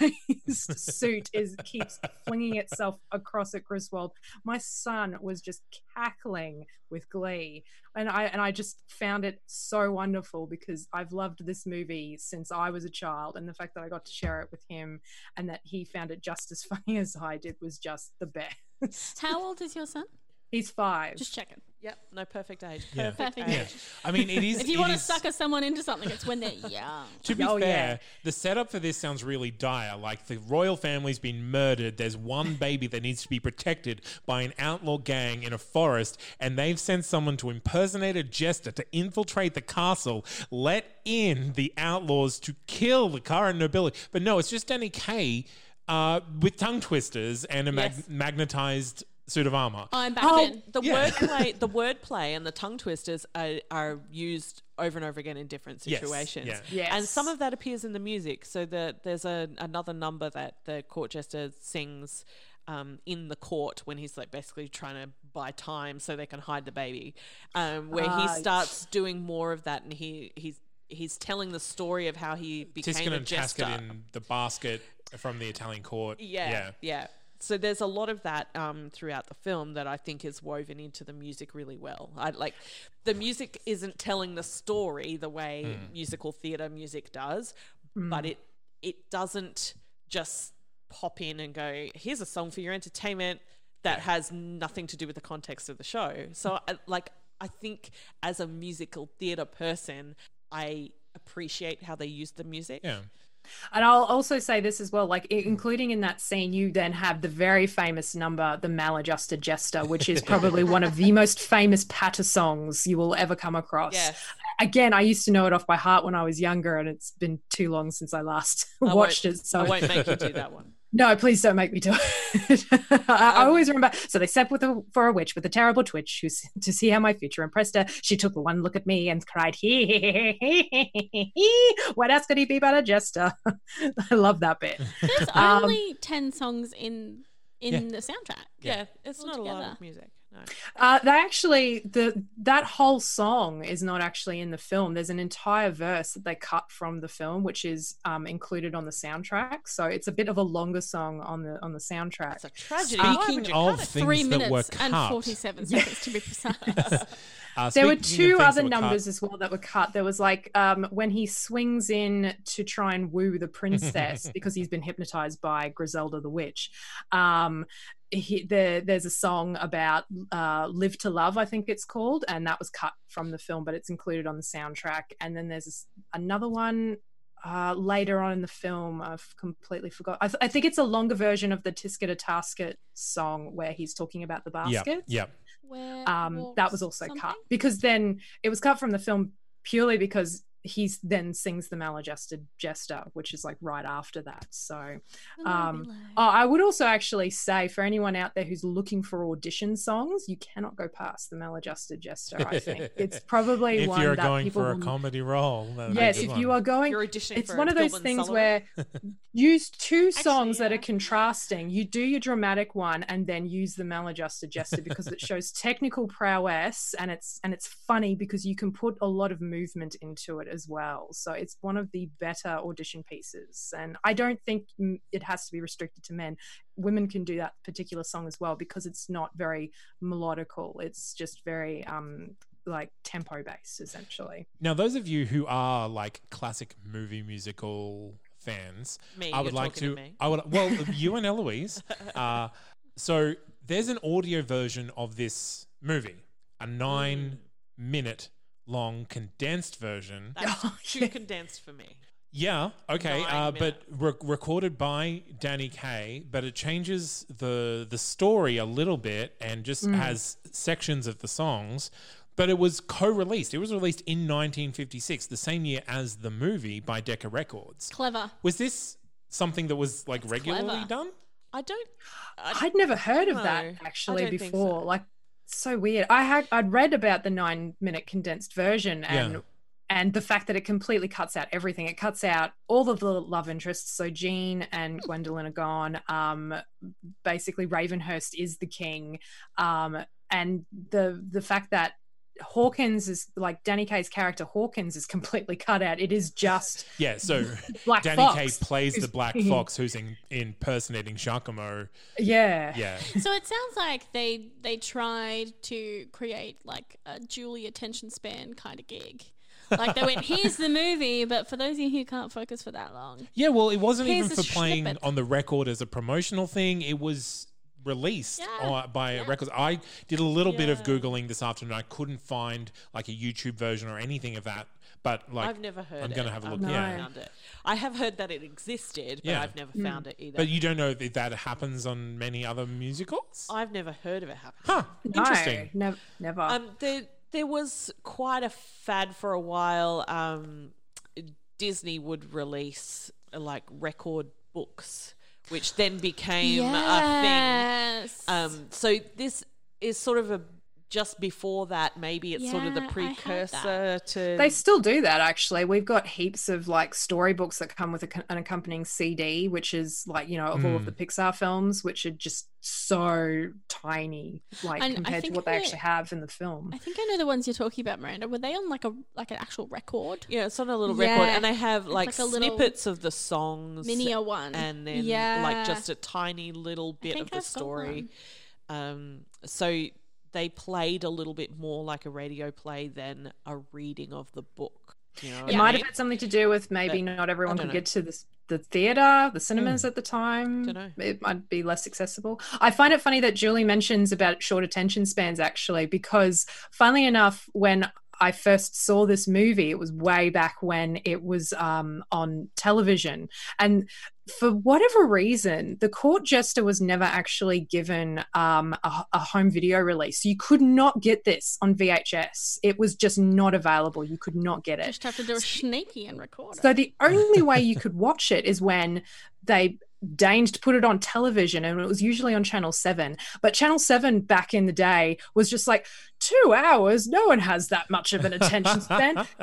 Speaker 4: magnetized suit is keeps flinging itself across at Griswold. My son was just cackling with glee, and I and I just found it so wonderful because I've loved this movie since I was a child, and the fact that I got to share it with him, and that he found it just as funny as I did was just the best.
Speaker 3: How old is your son?
Speaker 4: He's five.
Speaker 3: Just checking.
Speaker 2: Yep, no perfect age.
Speaker 1: Yeah.
Speaker 2: Perfect
Speaker 3: Perfect.
Speaker 1: Yeah. I mean, it is.
Speaker 3: If you
Speaker 1: it
Speaker 3: want to
Speaker 1: is-
Speaker 3: sucker someone into something, it's when they're young.
Speaker 1: To be
Speaker 4: Oh, yeah.
Speaker 1: fair, the setup for this sounds really dire. Like the royal family's been murdered. There's one baby that needs to be protected by an outlaw gang in a forest, and they've sent someone to impersonate a jester to infiltrate the castle, let in the outlaws to kill the current nobility. But no, it's just Danny Kaye uh, with tongue twisters and a mag-
Speaker 2: Yes.
Speaker 1: magnetized suit of armor.
Speaker 3: I'm back
Speaker 4: Oh,
Speaker 3: in.
Speaker 2: The
Speaker 1: Yeah.
Speaker 2: wordplay, the wordplay, and the tongue twisters are, are used over and over again in different
Speaker 1: Yes,
Speaker 2: situations.
Speaker 1: yeah.
Speaker 2: And
Speaker 4: Yes.
Speaker 2: some of that appears in the music. So the, there's a, another number that the court jester sings um, in the court when he's like basically trying to buy time so they can hide the baby, um, where
Speaker 4: Ah,
Speaker 2: he starts doing more of that, and he he's he's telling the story of how he became
Speaker 1: Tiskin
Speaker 2: a
Speaker 1: and
Speaker 2: jester.
Speaker 1: Tasket in the basket from the Italian court.
Speaker 2: Yeah, yeah. So there's a lot of that um, throughout the film that I think is woven into the music really well. I like the music isn't telling the story the way musical theater music does, but it it doesn't just pop in and go, "Here's a song for your entertainment." That has nothing to do with the context of the show. So, I, like, I think as a musical theatre person, I appreciate how they use the music.
Speaker 1: Yeah.
Speaker 4: And I'll also say this as well, like i- including in that scene, you then have the very famous number, the maladjusted jester, which is probably one of the most famous patter songs you will ever come across.
Speaker 2: Yes.
Speaker 4: Again, I used to know it off by heart when I was younger, and it's been too long since I last
Speaker 2: I
Speaker 4: watched
Speaker 2: won't-
Speaker 4: it. So
Speaker 2: I won't make you do that one.
Speaker 4: no, please don't make me do it. I, I always remember. So they sat with a, for a witch with a terrible twitch who, s- to see how my future impressed her, she took one look at me and cried, hee, hee, hee, hee, hee, hee, hee, hee. What else could he be but a jester? I love that bit.
Speaker 3: There's
Speaker 4: Um,
Speaker 3: only ten songs in in the soundtrack.
Speaker 2: Yeah, it's not a lot
Speaker 3: Altogether.
Speaker 2: of music. No.
Speaker 4: Uh, they actually the that whole song is not actually in the film. There's an entire verse that they cut from the film, which is um, included on the soundtrack. So it's a bit of a longer song on the on the soundtrack.
Speaker 2: It's a tragedy. Why would
Speaker 1: Speaking
Speaker 2: you
Speaker 1: of
Speaker 2: cut it?
Speaker 1: things
Speaker 3: Three
Speaker 1: that were
Speaker 3: minutes
Speaker 1: cut,
Speaker 3: and forty-seven seconds to be precise.
Speaker 1: uh,
Speaker 4: there
Speaker 1: speaking
Speaker 4: were
Speaker 1: of
Speaker 4: two
Speaker 1: things
Speaker 4: other
Speaker 1: that were cut-
Speaker 4: numbers as well that were cut. There was like um, when he swings in to try and woo the princess because he's been hypnotized by Griselda the witch. Um, he, there, there's a song about uh, "Live to Love," I think it's called, and that was cut from the film, but it's included on the soundtrack. And then there's this, another one uh, later on in the film. I've completely forgot. I, th- I think it's a longer version of the Tisket a Tasket song where he's talking about the basket
Speaker 1: Yeah, yeah.
Speaker 3: Where
Speaker 4: um, that
Speaker 3: walks
Speaker 4: was also cut
Speaker 3: something?
Speaker 4: because then it was cut from the film purely because he then sings the maladjusted jester, which is like right after that. So,
Speaker 3: The
Speaker 4: um,
Speaker 3: Lorelei.
Speaker 4: oh, I would also actually say for anyone out there who's looking for audition songs, you cannot go past the maladjusted jester. I think it's probably
Speaker 1: if
Speaker 4: one
Speaker 1: you're
Speaker 4: that
Speaker 1: going
Speaker 4: people
Speaker 1: for a
Speaker 4: will-
Speaker 1: comedy role. that'd be a
Speaker 4: Yes,
Speaker 1: good
Speaker 4: if
Speaker 1: one.
Speaker 4: you are going,
Speaker 2: You're auditioning
Speaker 4: it's
Speaker 2: for
Speaker 4: one of those
Speaker 2: Gilbert and
Speaker 4: things
Speaker 2: Sullivan.
Speaker 4: where use two
Speaker 3: Actually,
Speaker 4: songs that
Speaker 3: yeah.
Speaker 4: are contrasting. You do your dramatic one and then use the maladjusted jester because it shows technical prowess and it's and it's funny because you can put a lot of movement into it as well. So it's one of the better audition pieces. And I don't think mm, it has to be restricted to men. Women can do that particular song as well because it's not very melodical. It's just very um like tempo based essentially.
Speaker 1: Now, those of you who are like classic movie musical fans,
Speaker 2: Me,
Speaker 1: I would
Speaker 2: you're
Speaker 1: like
Speaker 2: talking
Speaker 1: to.
Speaker 2: to me.
Speaker 1: I would well, you and Eloise. Uh, so there's an audio version of this movie, a
Speaker 2: Mm.
Speaker 1: nine-minute long condensed version.
Speaker 2: That's
Speaker 4: Oh,
Speaker 2: too
Speaker 4: yeah.
Speaker 2: condensed for me.
Speaker 1: Yeah, okay,
Speaker 2: Nine
Speaker 1: uh, but re- recorded by Danny Kaye, but it changes the the story a little bit and just has sections of the songs. But it was co-released. It was released in 1956, the same year as the movie by Decca Records.
Speaker 3: Clever.
Speaker 1: Was this something that was like regularly
Speaker 3: clever.
Speaker 1: done?
Speaker 2: I don't.
Speaker 4: I'd never heard of
Speaker 2: No,
Speaker 4: that
Speaker 2: I
Speaker 4: actually
Speaker 2: don't think so.
Speaker 4: before. Like so weird. I had I'd read about the nine minute condensed version and
Speaker 1: Yeah.
Speaker 4: and the fact that it completely cuts out everything. It cuts out all of the love interests. So Jean and Gwendolyn are gone. Um, basically Ravenhurst is the king. Um, and the the fact that Hawkins is like Danny Kaye's character Hawkins is completely cut out. It is just
Speaker 1: Yeah, so
Speaker 4: Black
Speaker 1: Danny
Speaker 4: Fox.
Speaker 1: Kaye plays the
Speaker 4: who's
Speaker 1: Black
Speaker 4: king.
Speaker 1: Fox who's in, impersonating Giacomo.
Speaker 4: Yeah.
Speaker 1: Yeah.
Speaker 3: So it sounds like they they tried to create like a Julie attention span kind of gig. Like they went, here's the movie, but for those of you who can't focus for that long,
Speaker 1: Yeah, well, it wasn't
Speaker 3: Here's
Speaker 1: even
Speaker 3: a
Speaker 1: for playing
Speaker 3: snippet.
Speaker 1: on the record as a promotional thing. It was released
Speaker 3: Yeah,
Speaker 1: uh, by records. I did a little bit of googling this afternoon. I couldn't find like a YouTube version or anything of that. But like,
Speaker 2: I've never heard.
Speaker 1: I'm
Speaker 2: it.
Speaker 1: gonna have a look.
Speaker 2: I've never
Speaker 1: Yeah,
Speaker 2: found it. I have heard that it existed, but
Speaker 1: Yeah.
Speaker 2: I've
Speaker 4: Hmm.
Speaker 2: never found it either.
Speaker 1: but you don't know if that happens on many other musicals.
Speaker 2: I've never heard of it happening.
Speaker 1: huh?
Speaker 4: No,
Speaker 1: Interesting.
Speaker 4: nev- never.
Speaker 2: Um, there, there was quite a fad for a while. Um, Disney would release uh, like record books, which then became
Speaker 3: yes,
Speaker 2: a thing. Um, so this is sort of a just before that. Maybe it's sort of the
Speaker 3: Yeah, I had that.
Speaker 2: precursor to.
Speaker 4: They still do that actually. We've got heaps of like storybooks that come with a, an accompanying CD, which is like you know of all of
Speaker 3: Hmm.
Speaker 4: the Pixar films, which are just so tiny, like
Speaker 3: And I
Speaker 4: compared to
Speaker 3: think
Speaker 4: what they
Speaker 3: we're-
Speaker 4: actually have in the film.
Speaker 3: I think I know the ones you're talking about, Miranda. Were they on like a like an actual record,
Speaker 2: yeah, it's on a little record,
Speaker 3: Yeah.
Speaker 2: and they have
Speaker 3: It's
Speaker 2: like,
Speaker 3: like a little
Speaker 2: snippets of the songs,
Speaker 3: minier one,
Speaker 2: and then like just a tiny little bit
Speaker 3: think
Speaker 2: of the
Speaker 3: I've got
Speaker 2: story.
Speaker 3: one.
Speaker 2: Um, so they played a little bit more like a radio play than a reading of the book. You know, what
Speaker 4: It
Speaker 2: I
Speaker 4: might
Speaker 2: mean?
Speaker 4: have had something to do with maybe not everyone
Speaker 2: don't
Speaker 4: could
Speaker 2: know. Hmm.
Speaker 4: get to this, the theater, the cinemas at the time.
Speaker 2: Dunno.
Speaker 4: It might be less accessible. I find it funny that Julie mentions about short attention spans actually, because funnily enough, when I first saw this movie, it was way back when it was um, on television. And for whatever reason, the court jester was never actually given um, a, a home video release. You could not get this on VHS. It was just not available. You could not get it.
Speaker 3: just have to do a sneaky and record it.
Speaker 4: So the only way you could watch it is when they deigned to put it on television and it was usually on channel 7 but channel 7 back in the day was just like 2 hours no one has that much of an attention span cut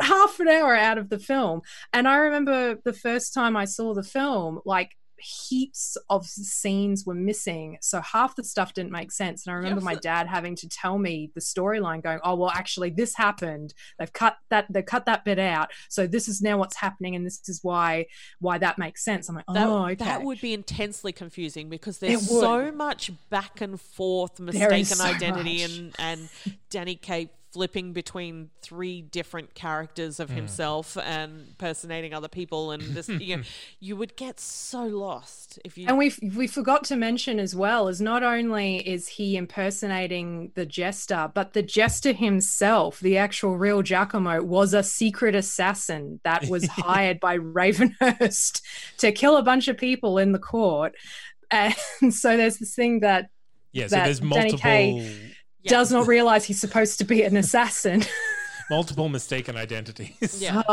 Speaker 4: half an hour out of the film and i remember the first time i saw the film like heaps of scenes were missing so half the stuff didn't make sense and i remember my dad having to tell me the storyline going oh well actually this happened they've cut that they cut that bit out so this is now what's happening and this is why why that makes sense i'm like
Speaker 2: That,
Speaker 4: oh okay
Speaker 2: that would be intensely confusing because there's
Speaker 4: It would.
Speaker 2: so much back and forth,
Speaker 4: There
Speaker 2: mistaken
Speaker 4: is so
Speaker 2: identity,
Speaker 4: much.
Speaker 2: and and Danny Kaye flipping between three different characters
Speaker 1: Hmm.
Speaker 2: of himself and impersonating other people, and this you know, you would get so lost if you.
Speaker 4: And we we forgot to mention as well is not only is he impersonating the jester, but the jester himself, the actual real Giacomo, was a secret assassin that was hired by Ravenhurst to kill a bunch of people in the court. And so there's this thing that
Speaker 1: yeah, so
Speaker 4: that
Speaker 1: there's
Speaker 4: Danny
Speaker 1: multiple.
Speaker 4: Kaye-
Speaker 2: Yeah.
Speaker 4: does not realize he's supposed to be an assassin.
Speaker 1: multiple mistaken identities.
Speaker 2: Yeah. There's
Speaker 4: Oh,
Speaker 2: a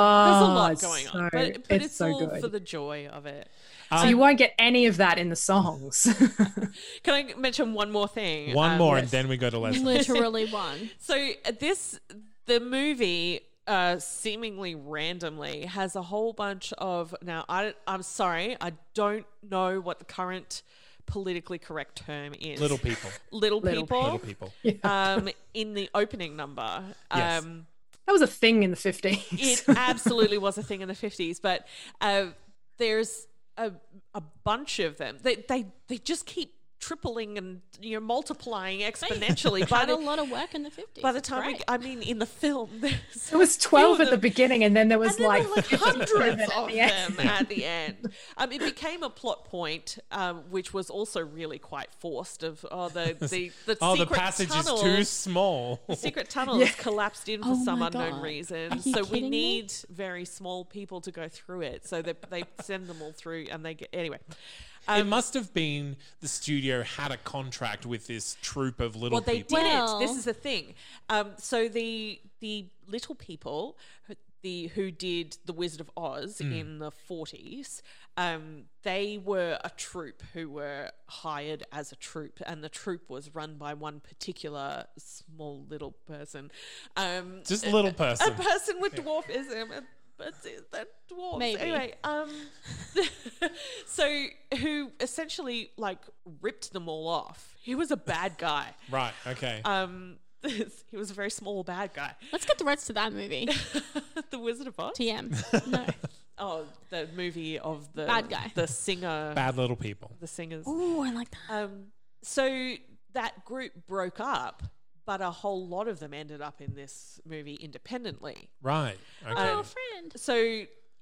Speaker 2: lot going on. but but it's, all for the joy of it. Um,
Speaker 1: Um,
Speaker 4: so you won't get any of that in the songs.
Speaker 2: Can I mention one more thing?
Speaker 1: One
Speaker 2: Um,
Speaker 1: more, and then we go to Leslie.
Speaker 3: Literally one.
Speaker 2: So uh, this the movie uh, seemingly randomly has a whole bunch of now I I'm sorry I don't know what the current politically correct term is
Speaker 1: Little people.
Speaker 2: little,
Speaker 4: Little
Speaker 2: people,
Speaker 1: Little people.
Speaker 2: um in the opening number
Speaker 1: Yes.
Speaker 2: um
Speaker 4: that was a thing in the 50s.
Speaker 2: it absolutely was a thing in the 50s but uh, there's a, a bunch of them they, they they just keep tripling and you know multiplying exponentially by
Speaker 3: Had a
Speaker 2: the,
Speaker 3: lot of work in the 50s.
Speaker 2: by the
Speaker 3: It's
Speaker 2: time we,
Speaker 3: great.
Speaker 2: I mean in the film there's
Speaker 4: It was 12
Speaker 2: few of
Speaker 4: at the
Speaker 2: them.
Speaker 4: beginning, and then there was
Speaker 2: and then
Speaker 4: like,
Speaker 2: there were, like
Speaker 4: 57
Speaker 2: hundreds
Speaker 4: at
Speaker 2: of
Speaker 4: the end.
Speaker 2: them at the end. Um, it became a plot point, um, which was also really quite forced. Of oh the the the
Speaker 1: Oh, the
Speaker 2: secret
Speaker 1: passage
Speaker 2: tunnel,
Speaker 1: is too small.
Speaker 2: the secret tunnel has collapsed in for
Speaker 3: Oh
Speaker 2: some
Speaker 3: my
Speaker 2: unknown
Speaker 3: God. Are
Speaker 2: reason.
Speaker 3: you
Speaker 2: So we
Speaker 3: kidding me?
Speaker 2: need very small people to go through it. So they they send them all through, and they get anyway. Um,
Speaker 1: it must have been the studio had a contract with this troupe of little
Speaker 2: Well, they
Speaker 1: people.
Speaker 2: did it.
Speaker 3: Well-
Speaker 2: This is the thing. Um, so the the little people, who- the who did the Wizard of Oz in the forties, um, they were a troupe who were hired as a troupe, and the troupe was run by one particular small little person, um,
Speaker 1: Just little
Speaker 2: a
Speaker 1: person.
Speaker 2: person with dwarfism. And, but it- that dwarfs
Speaker 3: Maybe.
Speaker 2: anyway. Um, so who essentially like ripped them all off? He was a bad guy.
Speaker 1: Right, okay.
Speaker 2: Um, he was a very small bad guy.
Speaker 3: Let's get the rights to that movie.
Speaker 2: the Wizard of Oz.
Speaker 3: TM. No.
Speaker 2: Oh, the movie of the
Speaker 3: Bad guy.
Speaker 2: the singer,
Speaker 1: Bad little people.
Speaker 2: the singers.
Speaker 3: Ooh, I like that.
Speaker 2: Um, so that group broke up, but a whole lot of them ended up in this movie independently.
Speaker 1: Right, okay.
Speaker 3: Oh, friend.
Speaker 2: So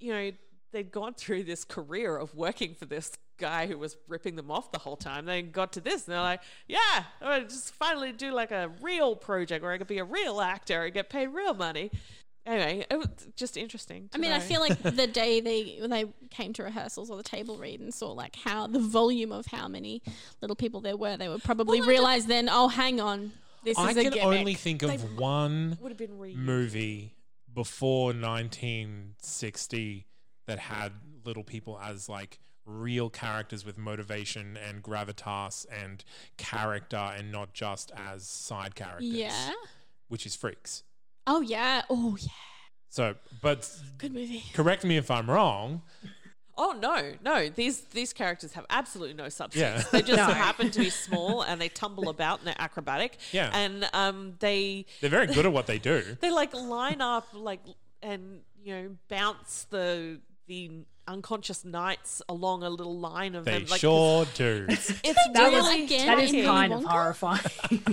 Speaker 2: you know they'd gone through this career of working for this guy who was ripping them off the whole time. They got to this, and they're like, "Yeah, I'm gonna just finally do like a real project where I could be a real actor and get paid real money." Anyway, it was just interesting. to
Speaker 3: I mean, I
Speaker 2: know.
Speaker 3: feel like the day they they came to rehearsals or the table read and saw like how the volume of how many little people there were, they would probably realize then, oh, hang on, this
Speaker 1: I
Speaker 3: is a
Speaker 1: can
Speaker 3: gimmick.
Speaker 1: only think of one
Speaker 2: would have been re-
Speaker 1: movie before 1960 that had little people as like real characters with motivation and gravitas and character and not just as side characters.
Speaker 3: yeah.
Speaker 1: Which is Freaks.
Speaker 3: Oh yeah. Oh yeah.
Speaker 1: So, but
Speaker 3: Good movie.
Speaker 1: correct me if I'm wrong.
Speaker 2: Oh no, no! These these characters have absolutely no substance.
Speaker 1: Yeah.
Speaker 2: They just
Speaker 4: No.
Speaker 2: happen to be small and they tumble about and they're acrobatic.
Speaker 1: Yeah.
Speaker 2: and um, they
Speaker 1: They're very good at what they do.
Speaker 2: they like line up like and you know bounce the the unconscious knights along a little line of
Speaker 1: They
Speaker 2: them like
Speaker 1: sure do.
Speaker 2: it's
Speaker 4: That was-
Speaker 2: really
Speaker 3: Again?
Speaker 4: That is
Speaker 3: In Willy
Speaker 4: kind of
Speaker 3: Wonka?
Speaker 4: horrifying.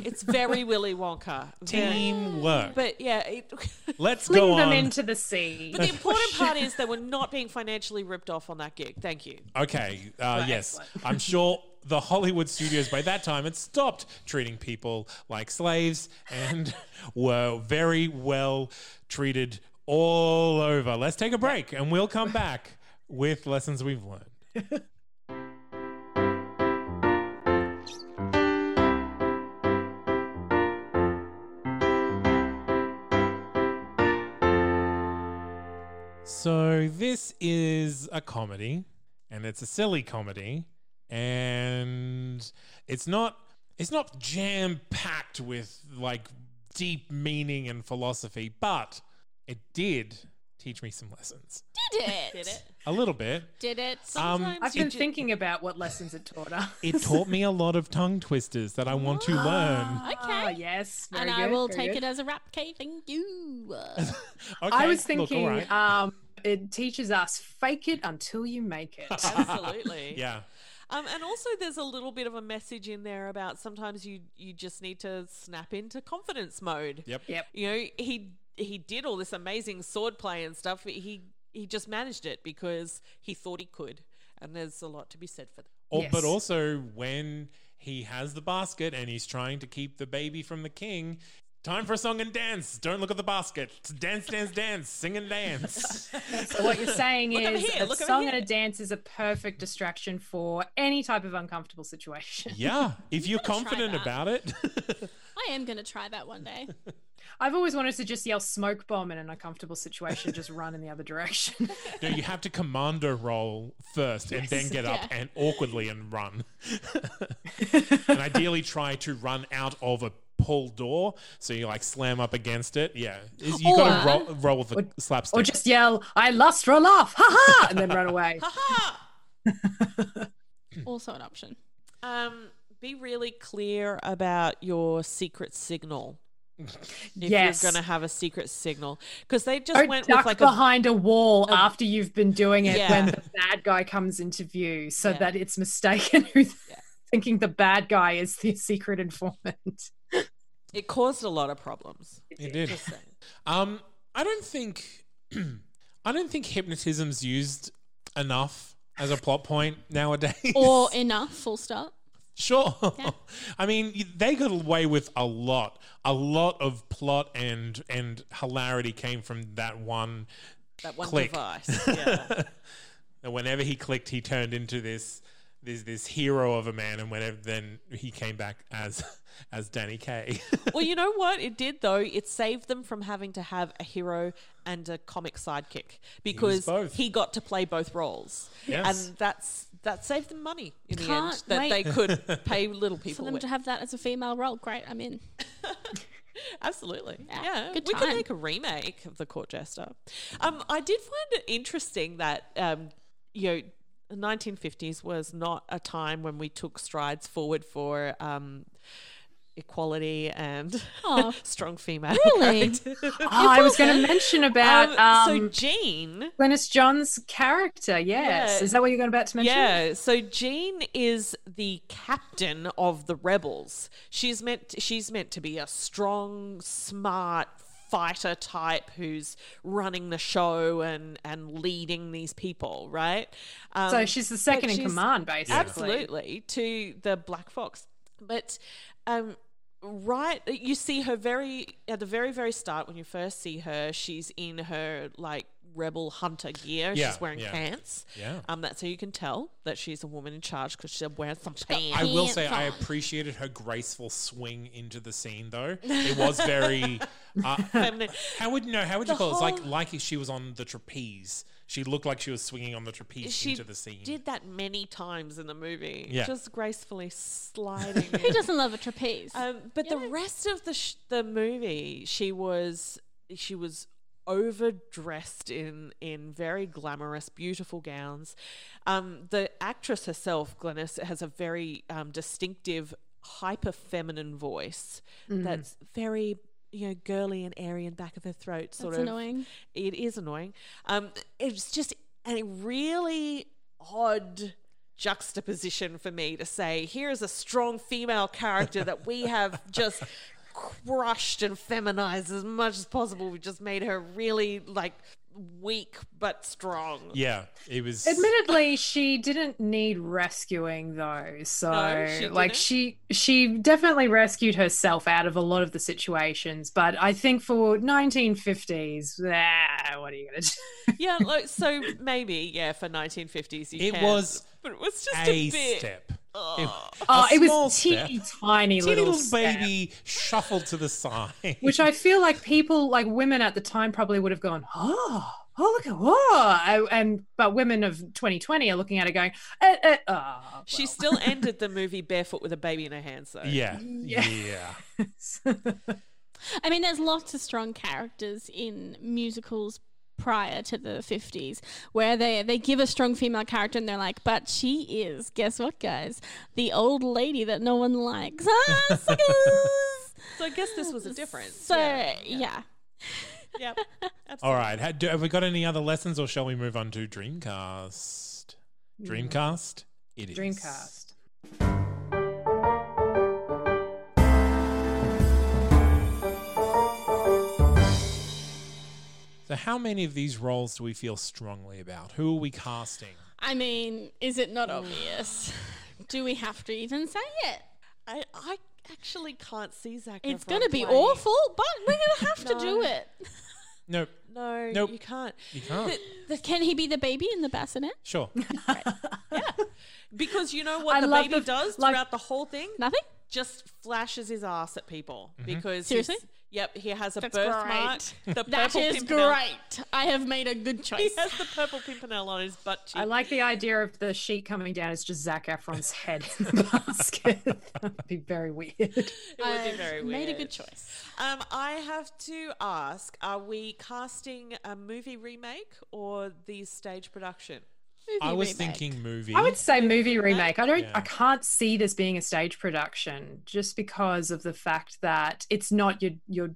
Speaker 2: it's very willy wonka Very-
Speaker 1: Teamwork.
Speaker 2: but yeah it,
Speaker 1: Let's
Speaker 4: Fling
Speaker 1: go
Speaker 4: them
Speaker 1: on.
Speaker 4: into the sea.
Speaker 2: but the important part is they were not being financially ripped off on that gig thank you
Speaker 1: Okay, uh, yes. I'm sure the Hollywood studios by that time had stopped treating people like slaves and were very well treated all over. Let's take a break and we'll come back with lessons we've learned. So this is a comedy, and it's a silly comedy, and it's not it's not jam packed with like deep meaning and philosophy, but it did teach me some lessons.
Speaker 3: Did it?
Speaker 2: Did it?
Speaker 1: A little bit.
Speaker 3: Did it?
Speaker 1: Um,
Speaker 4: I've been thinking about what lessons it taught us.
Speaker 1: it taught me a lot of tongue twisters that I want to learn.
Speaker 3: okay.
Speaker 4: Ah, yes. Very
Speaker 3: and
Speaker 4: good,
Speaker 3: I will
Speaker 4: very
Speaker 3: take
Speaker 4: good.
Speaker 3: it as a rap. K. Thank you.
Speaker 1: Okay,
Speaker 4: I was
Speaker 1: look, all
Speaker 4: thinking
Speaker 1: right.
Speaker 4: um, it teaches us fake it until you make it.
Speaker 2: absolutely
Speaker 1: yeah.
Speaker 2: um, and also there's a little bit of a message in there about sometimes you you just need to snap into confidence mode
Speaker 1: Yep.
Speaker 4: yep.
Speaker 2: you know he he did all this amazing sword play and stuff but he he just managed it because he thought he could and there's a lot to be said for that
Speaker 1: Or,
Speaker 4: Yes.
Speaker 1: Oh, But also, when he has the basket and he's trying to keep the baby from the king, time for a song and dance. Don't look at the basket. Dance, dance, dance. Sing and dance.
Speaker 4: So what you're saying
Speaker 2: Look over
Speaker 4: is
Speaker 2: here,
Speaker 4: a
Speaker 2: look over
Speaker 4: song
Speaker 2: here.
Speaker 4: and a dance is a perfect distraction for any type of uncomfortable situation.
Speaker 1: yeah. If you're
Speaker 3: gotta try
Speaker 1: confident
Speaker 3: that.
Speaker 1: about it.
Speaker 3: I am going to try that one day.
Speaker 4: I've always wanted to just yell smoke bomb in an uncomfortable situation, just run in the other direction.
Speaker 1: No, you have to commando roll first and then
Speaker 4: Yes.
Speaker 1: get up
Speaker 3: Yeah.
Speaker 1: and awkwardly and run. and ideally try to run out of a pull door. So you like slam up against it. Yeah. Is- You gotta
Speaker 3: Or-
Speaker 1: roll, roll with the slapstick.
Speaker 4: or just yell, I lust for a laugh, ha ha, and then run away.
Speaker 3: also an option.
Speaker 2: Um, be really clear about your secret signal. If
Speaker 4: Yes.
Speaker 2: you're going to have a secret signal, because they just
Speaker 4: Don't
Speaker 2: went
Speaker 4: duck
Speaker 2: with like a
Speaker 4: behind a, wall after you've been doing it
Speaker 2: Yeah.
Speaker 4: when the bad guy comes into view so
Speaker 2: Yeah.
Speaker 4: that it's mistaken who thinking the bad guy is the secret informant.
Speaker 2: It caused a lot of problems.
Speaker 1: It did.
Speaker 2: Just saying.
Speaker 1: Um, I don't think I don't think hypnotism's used enough as a plot point nowadays.
Speaker 3: Or enough, full stop.
Speaker 1: Sure. I mean, y- they got away with a lot. A lot of plot and and hilarity came from that one.
Speaker 2: That one
Speaker 1: Click.
Speaker 2: device. Yeah.
Speaker 1: And whenever he clicked, he turned into this this this hero of a man, and whenever then he came back as as Danny Kaye.
Speaker 2: well, you know what it did though? It saved them from having to have a hero and a comic sidekick because he,
Speaker 1: both.
Speaker 2: got to play both roles.
Speaker 1: Yes.
Speaker 2: And that's that saved them money in the end
Speaker 3: Can't
Speaker 2: that
Speaker 3: wait
Speaker 2: they could pay little
Speaker 3: For
Speaker 2: people
Speaker 3: them
Speaker 2: with.
Speaker 3: to have that as a female role, great, I'm in.
Speaker 2: Absolutely. Yeah.
Speaker 3: Yeah, good
Speaker 2: we could
Speaker 3: time.
Speaker 2: make a remake of The Court Jester. Um, I did find it interesting that, um, you know, the 1950s was not a time when we took strides forward for um, equality and
Speaker 3: Oh.
Speaker 2: strong female.
Speaker 3: Really?
Speaker 4: Oh, I was going to mention about um,
Speaker 2: so Jean.
Speaker 4: Glennis John's character. Yes,
Speaker 2: Yeah.
Speaker 4: is that what you're going about to mention?
Speaker 2: Yeah, so Jean is the captain of the rebels. She's meant she's meant to be a strong, smart fighter type who's running the show and and leading these people, right? Um,
Speaker 4: So she's the second in
Speaker 3: she's-
Speaker 4: command, basically.
Speaker 2: absolutely to the black fox but um right you see her very at the very very start when you first see her she's in her like rebel hunter gear
Speaker 1: Yeah,
Speaker 2: she's wearing
Speaker 1: yeah.
Speaker 2: pants
Speaker 1: Yeah.
Speaker 2: um that's how you can tell that she's a woman in charge because she's wearing some pants
Speaker 1: I will say
Speaker 3: Pants
Speaker 1: I
Speaker 3: on.
Speaker 1: appreciated her graceful swing into the scene, though. It was very. Uh,
Speaker 2: Feminine.
Speaker 1: how would no? How would you
Speaker 2: The
Speaker 1: call it? It's
Speaker 2: whole-
Speaker 1: like like if she was on the trapeze. She looked like she was swinging on the trapeze
Speaker 2: she
Speaker 1: into the scene.
Speaker 2: did that many times in the movie
Speaker 1: Yeah.
Speaker 2: just gracefully sliding
Speaker 3: Who doesn't love a trapeze?
Speaker 2: Um, but the rest of the sh- the movie, she was she was overdressed in in very glamorous, beautiful gowns. Um, the actress herself, Glennis, has a very um, distinctive, hyper feminine voice that's very you know girly and airy and back of her throat. Sort
Speaker 3: That's
Speaker 2: of
Speaker 3: annoying.
Speaker 2: It is annoying. Um, it's just a really odd juxtaposition for me to say here is a strong female character that we have just crushed and feminized as much as possible we just made her really like weak but strong
Speaker 1: Yeah, it was.
Speaker 4: Admittedly, she didn't need rescuing though. So,
Speaker 2: No, she
Speaker 4: like
Speaker 2: didn't.
Speaker 4: she she definitely rescued herself out of a lot of the situations, but I think for 1950s, ah, what are you going to do?
Speaker 2: yeah like so maybe yeah for 1950s you
Speaker 1: It
Speaker 2: can,
Speaker 1: was
Speaker 2: but it was just
Speaker 1: a
Speaker 2: a, bit
Speaker 1: step. It,
Speaker 4: Oh,
Speaker 1: a
Speaker 4: it
Speaker 1: small
Speaker 4: was
Speaker 1: step.
Speaker 4: teeny tiny
Speaker 1: Teeny
Speaker 4: little,
Speaker 1: little,
Speaker 4: step.
Speaker 1: baby shuffled to the side.
Speaker 4: which I feel like people, like women at the time, probably would have gone, oh, oh, look at what, and but women of 2020 are looking at it going, eh, eh, ah,
Speaker 2: she still ended the movie barefoot with a baby in her hands though
Speaker 1: yeah, yeah,
Speaker 4: Yeah.
Speaker 3: I mean, there's lots of strong characters in musicals prior to the 50s where they, they give a strong female character and they're like, but she is, guess what, guys? The old lady that no one likes. Ah, suckers!
Speaker 2: so i guess this was a difference
Speaker 3: so,
Speaker 2: yeah,
Speaker 3: yeah.
Speaker 2: Yep.
Speaker 1: All right, ha- do, have we got any other lessons, or shall we move on to Dreamcast? Dreamcast. It is
Speaker 4: Dreamcast.
Speaker 1: So, how many of these roles do we feel strongly about? Who are we casting?
Speaker 3: I mean, is it not obvious? Do we have to even say it?
Speaker 2: I, I actually can't see Zach.
Speaker 3: It's
Speaker 2: Efron
Speaker 3: going to be
Speaker 2: playing.
Speaker 3: awful, but we're going to have to do it.
Speaker 1: No,
Speaker 2: No,
Speaker 1: Nope.
Speaker 2: you can't.
Speaker 1: You can't.
Speaker 3: The- Can he be the baby in the bassinet?
Speaker 1: Sure.
Speaker 2: Because you know what
Speaker 4: I
Speaker 2: the
Speaker 4: love
Speaker 2: baby
Speaker 4: the f-
Speaker 2: does
Speaker 4: like-
Speaker 2: throughout the whole thing?
Speaker 3: Nothing.
Speaker 2: Just flashes his ass at people
Speaker 1: Mm-hmm.
Speaker 2: because
Speaker 3: Seriously?
Speaker 2: he's- Yep, he has a
Speaker 3: That's
Speaker 2: birthmark. The
Speaker 3: That
Speaker 2: purple
Speaker 3: is
Speaker 2: pimpernel-
Speaker 3: great. I have made a good
Speaker 2: He
Speaker 3: choice.
Speaker 2: has the purple pimpernel on his butt cheek.
Speaker 4: I like the idea of the sheet coming down. It's just Zach Efron's head in the basket. That'd be very weird.
Speaker 2: it would be
Speaker 3: I've
Speaker 2: very
Speaker 3: made a
Speaker 2: weird.
Speaker 3: good choice.
Speaker 2: Um, I have to ask: Are we casting a movie remake or the stage production?
Speaker 1: I
Speaker 3: Movie
Speaker 1: was
Speaker 3: remake.
Speaker 1: thinking movie.
Speaker 4: I would say movie remake. I don't.
Speaker 1: Yeah.
Speaker 4: I can't see this being a stage production just because of the fact that it's not your your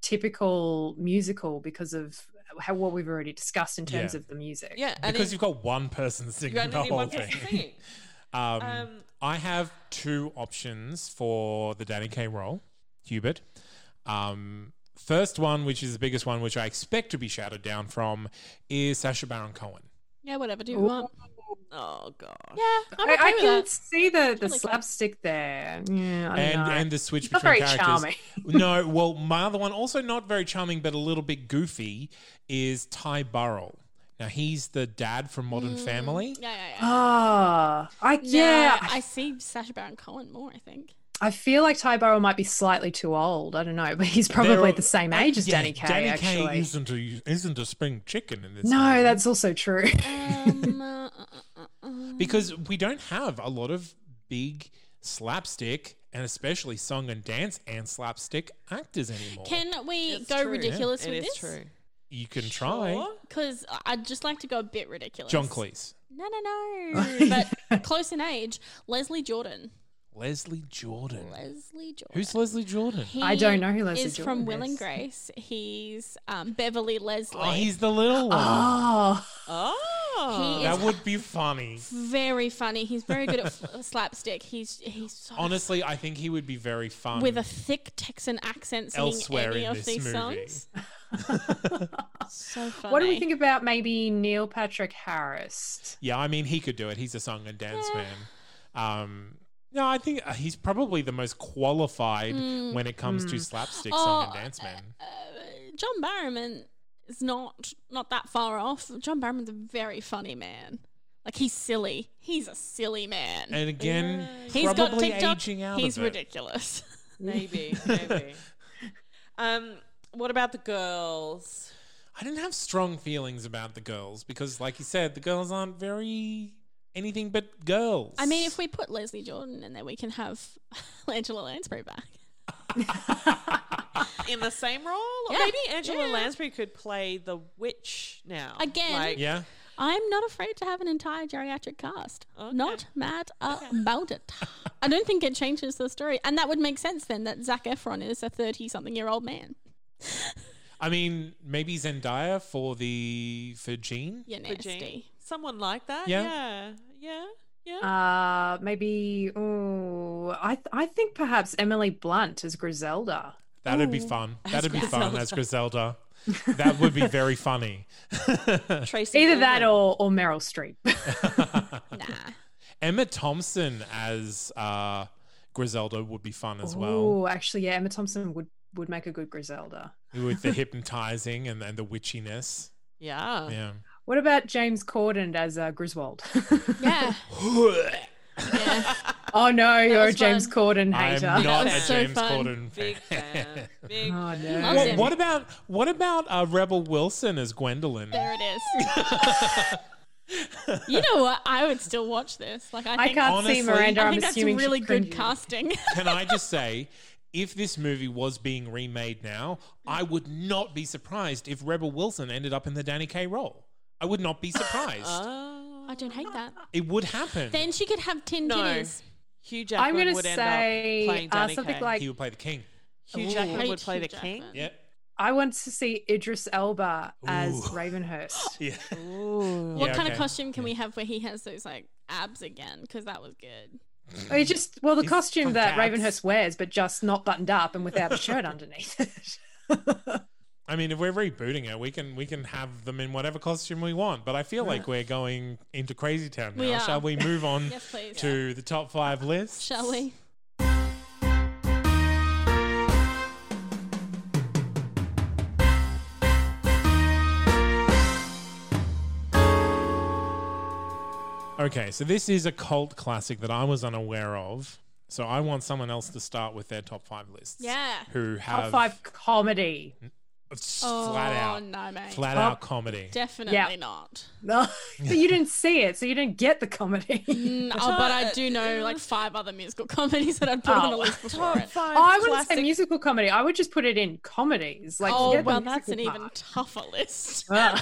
Speaker 4: typical musical because of how what we've already discussed in terms
Speaker 1: Yeah.
Speaker 4: of the music.
Speaker 2: Yeah, and
Speaker 1: because
Speaker 2: it-
Speaker 1: you've got one person singing
Speaker 2: you only
Speaker 1: the
Speaker 2: need
Speaker 1: whole
Speaker 2: one
Speaker 1: thing.
Speaker 2: person singing.
Speaker 1: Um,
Speaker 2: Um,
Speaker 1: I have two options for the Danny Kaye role, Hubert. Um, first one, which is the biggest one, which I expect to be shouted down from, is Sasha Baron Cohen.
Speaker 3: Yeah, whatever. Do you
Speaker 4: Ooh.
Speaker 3: want?
Speaker 2: Oh god.
Speaker 3: Yeah, I'm
Speaker 4: I,
Speaker 3: okay
Speaker 4: I
Speaker 3: with
Speaker 4: can
Speaker 3: that.
Speaker 4: see the the
Speaker 3: Totally fine.
Speaker 4: slapstick there. Yeah, I don't
Speaker 1: and
Speaker 4: know.
Speaker 1: and the switch
Speaker 4: Not
Speaker 1: between
Speaker 4: very
Speaker 1: characters.
Speaker 4: charming.
Speaker 1: no, well, my other one, also not very charming, but a little bit goofy, is Ty Burrell. Now he's the dad from Modern
Speaker 4: Mm.
Speaker 1: Family.
Speaker 3: Yeah, yeah, yeah.
Speaker 4: Ah, I yeah,
Speaker 3: No,
Speaker 4: I,
Speaker 3: Uh, I see Sasha Baron Cohen more. I think.
Speaker 4: I feel like Ty Burrell might be slightly too old. I don't know, but he's probably
Speaker 1: They're-
Speaker 4: the same age as
Speaker 1: Yeah,
Speaker 4: Danny Kaye.
Speaker 1: Danny
Speaker 4: actually,
Speaker 1: Kaye isn't a isn't a spring chicken in this.
Speaker 4: no,
Speaker 1: movie.
Speaker 4: that's also true.
Speaker 3: Um, uh, uh, uh, uh, uh.
Speaker 1: because we don't have a lot of big slapstick and especially song and dance and slapstick actors anymore.
Speaker 3: Can we
Speaker 2: It's
Speaker 3: go
Speaker 2: true.
Speaker 3: ridiculous
Speaker 2: It
Speaker 3: with
Speaker 2: is
Speaker 3: this?
Speaker 2: true.
Speaker 1: you can try
Speaker 2: Sure.
Speaker 3: Because I'd just like to go a bit ridiculous.
Speaker 1: John Cleese,
Speaker 3: No, no, no. but close in age, Leslie Jordan.
Speaker 1: Leslie Jordan.
Speaker 3: Leslie Jordan.
Speaker 1: Who's Leslie Jordan?
Speaker 4: I don't know who Leslie
Speaker 3: is from
Speaker 4: Jordan
Speaker 3: Will and
Speaker 4: is.
Speaker 3: Grace. He's um, Beverly Leslie.
Speaker 1: Oh, he's the little one.
Speaker 4: Oh,
Speaker 2: Oh.
Speaker 3: He
Speaker 1: that
Speaker 3: is
Speaker 1: would be funny.
Speaker 3: very funny. He's very good at f- slapstick. He's he's so
Speaker 1: Honestly, I think he would be very fun.
Speaker 3: with a thick Texan accent singing
Speaker 1: Elsewhere
Speaker 3: any
Speaker 1: in
Speaker 3: of
Speaker 1: this
Speaker 3: these
Speaker 1: movie.
Speaker 3: songs. so funny.
Speaker 4: what do we think about maybe Neil Patrick Harris?
Speaker 1: yeah, I mean, he could do it. He's a song and dance man. Um, no, I think uh, he's probably the most qualified when it comes to slapstick song and
Speaker 3: Mm. Oh,
Speaker 1: dance man.
Speaker 3: John Barrowman is not not that far off. John Barrowman's a very funny man. Like he's silly. He's a silly man.
Speaker 1: And again,
Speaker 3: He's got
Speaker 1: probably
Speaker 3: uh, TikTok.
Speaker 1: aging out.
Speaker 3: he's
Speaker 1: of it.
Speaker 3: ridiculous.
Speaker 2: maybe, maybe. um, what about the girls?
Speaker 1: I didn't have strong feelings about the girls because, like you said, the girls aren't very anything but girls.
Speaker 3: I mean, if we put Leslie Jordan in there, we can have Angela Lansbury back.
Speaker 2: In the same role? Or
Speaker 3: Yeah.
Speaker 2: Maybe Angela
Speaker 3: Yeah.
Speaker 2: Lansbury could play the witch now.
Speaker 3: Again.
Speaker 1: yeah,
Speaker 3: I'm not afraid to have an entire geriatric cast.
Speaker 2: Okay.
Speaker 3: Not mad about it. I don't think it changes the story. And that would make sense then that Zach Efron is a 30 something year old man.
Speaker 1: I mean, maybe Zendaya for the for Jean.
Speaker 3: You're
Speaker 2: for
Speaker 3: nasty.
Speaker 2: Jean. Someone like that?
Speaker 1: Yeah.
Speaker 2: Yeah. Yeah. Yeah.
Speaker 4: Uh, maybe. Oh, I th- I think perhaps Emily Blunt as Griselda.
Speaker 1: That'd be fun. That'd be fun as Griselda. that would be very funny.
Speaker 2: Tracy.
Speaker 4: Either
Speaker 2: Ullman.
Speaker 4: that or or Meryl Streep.
Speaker 3: Nah.
Speaker 1: Emma Thompson as uh, Griselda would be fun as well.
Speaker 4: Oh, actually, yeah, Emma Thompson would would make a good Griselda.
Speaker 1: With the hypnotizing and, and the witchiness.
Speaker 2: Yeah.
Speaker 1: Yeah.
Speaker 4: What about James Corden as uh, Griswold?
Speaker 3: Yeah. yeah.
Speaker 4: oh no, you're a
Speaker 3: was
Speaker 4: James Corden
Speaker 1: I'm
Speaker 4: hater.
Speaker 1: not a
Speaker 3: was so
Speaker 1: James
Speaker 3: fun.
Speaker 1: Corden
Speaker 2: Big
Speaker 1: fan.
Speaker 2: fan. Big
Speaker 4: Oh
Speaker 2: fan.
Speaker 4: no.
Speaker 3: loves
Speaker 1: Well,
Speaker 3: him.
Speaker 1: what about what about uh, Rebel Wilson as Gwendolyn?
Speaker 3: There it is. you know what? I would still watch this. Like I,
Speaker 4: I
Speaker 3: think,
Speaker 4: can't
Speaker 1: Honestly,
Speaker 4: see Miranda.
Speaker 3: I
Speaker 4: I'm
Speaker 3: think that's
Speaker 4: assuming she's
Speaker 3: really good
Speaker 4: cringing.
Speaker 3: casting.
Speaker 1: Can I just say, if this movie was being remade now, I would not be surprised if Rebel Wilson ended up in the Danny Kaye role. I would not be surprised.
Speaker 2: Oh.
Speaker 3: I don't hate that.
Speaker 1: it would happen.
Speaker 3: Then she could have tin
Speaker 2: No.
Speaker 3: titties.
Speaker 2: Hugh
Speaker 4: I'm
Speaker 2: Jackman
Speaker 4: gonna
Speaker 2: would
Speaker 4: say,
Speaker 2: end up playing
Speaker 4: uh,
Speaker 2: Danny
Speaker 4: something
Speaker 2: Kaye.
Speaker 4: like-
Speaker 1: he would play the king.
Speaker 2: Hugh Jackman
Speaker 3: Hate
Speaker 2: would play
Speaker 3: Hugh
Speaker 2: the king.
Speaker 3: Jackman.
Speaker 1: Yeah.
Speaker 4: I want to see Idris Elba as
Speaker 1: Ooh.
Speaker 4: Ravenhurst.
Speaker 1: Yeah.
Speaker 2: Ooh.
Speaker 3: What
Speaker 1: Yeah,
Speaker 3: kind
Speaker 1: okay.
Speaker 3: of costume can we have where he has those like abs again? Because that was good.
Speaker 4: He just well, the
Speaker 1: He's
Speaker 4: costume
Speaker 1: from
Speaker 4: that
Speaker 1: Cats.
Speaker 4: Ravenhurst wears, but just not buttoned up and without a shirt underneath it.
Speaker 1: I mean, if we're rebooting it, we can we can have them in whatever costume we want. But I feel like we're going into crazy town now.
Speaker 3: We are.
Speaker 1: Shall we move on
Speaker 3: Yes, please.
Speaker 1: to the top five list?
Speaker 3: Shall we?
Speaker 1: Okay, so this is a cult classic that I was unaware of. So I want someone else to start with their top five lists.
Speaker 3: Yeah.
Speaker 1: Who
Speaker 4: Top
Speaker 1: have
Speaker 4: five comedy.
Speaker 1: s-
Speaker 3: Oh,
Speaker 1: flat out,
Speaker 3: no, mate.
Speaker 1: flat
Speaker 4: Top-
Speaker 1: out comedy.
Speaker 3: Definitely
Speaker 4: Yeah.
Speaker 3: not.
Speaker 4: No, so you didn't see it, so you didn't get the comedy.
Speaker 3: Mm, oh, but I do know like five other musical comedies that I'd put on a
Speaker 4: Oh.
Speaker 3: list before it.
Speaker 2: five
Speaker 4: I wouldn't say musical comedy. I would just put it in comedies. Like,
Speaker 3: oh,
Speaker 4: forget the
Speaker 3: well, that's an
Speaker 4: musical
Speaker 3: even tougher list.
Speaker 4: part.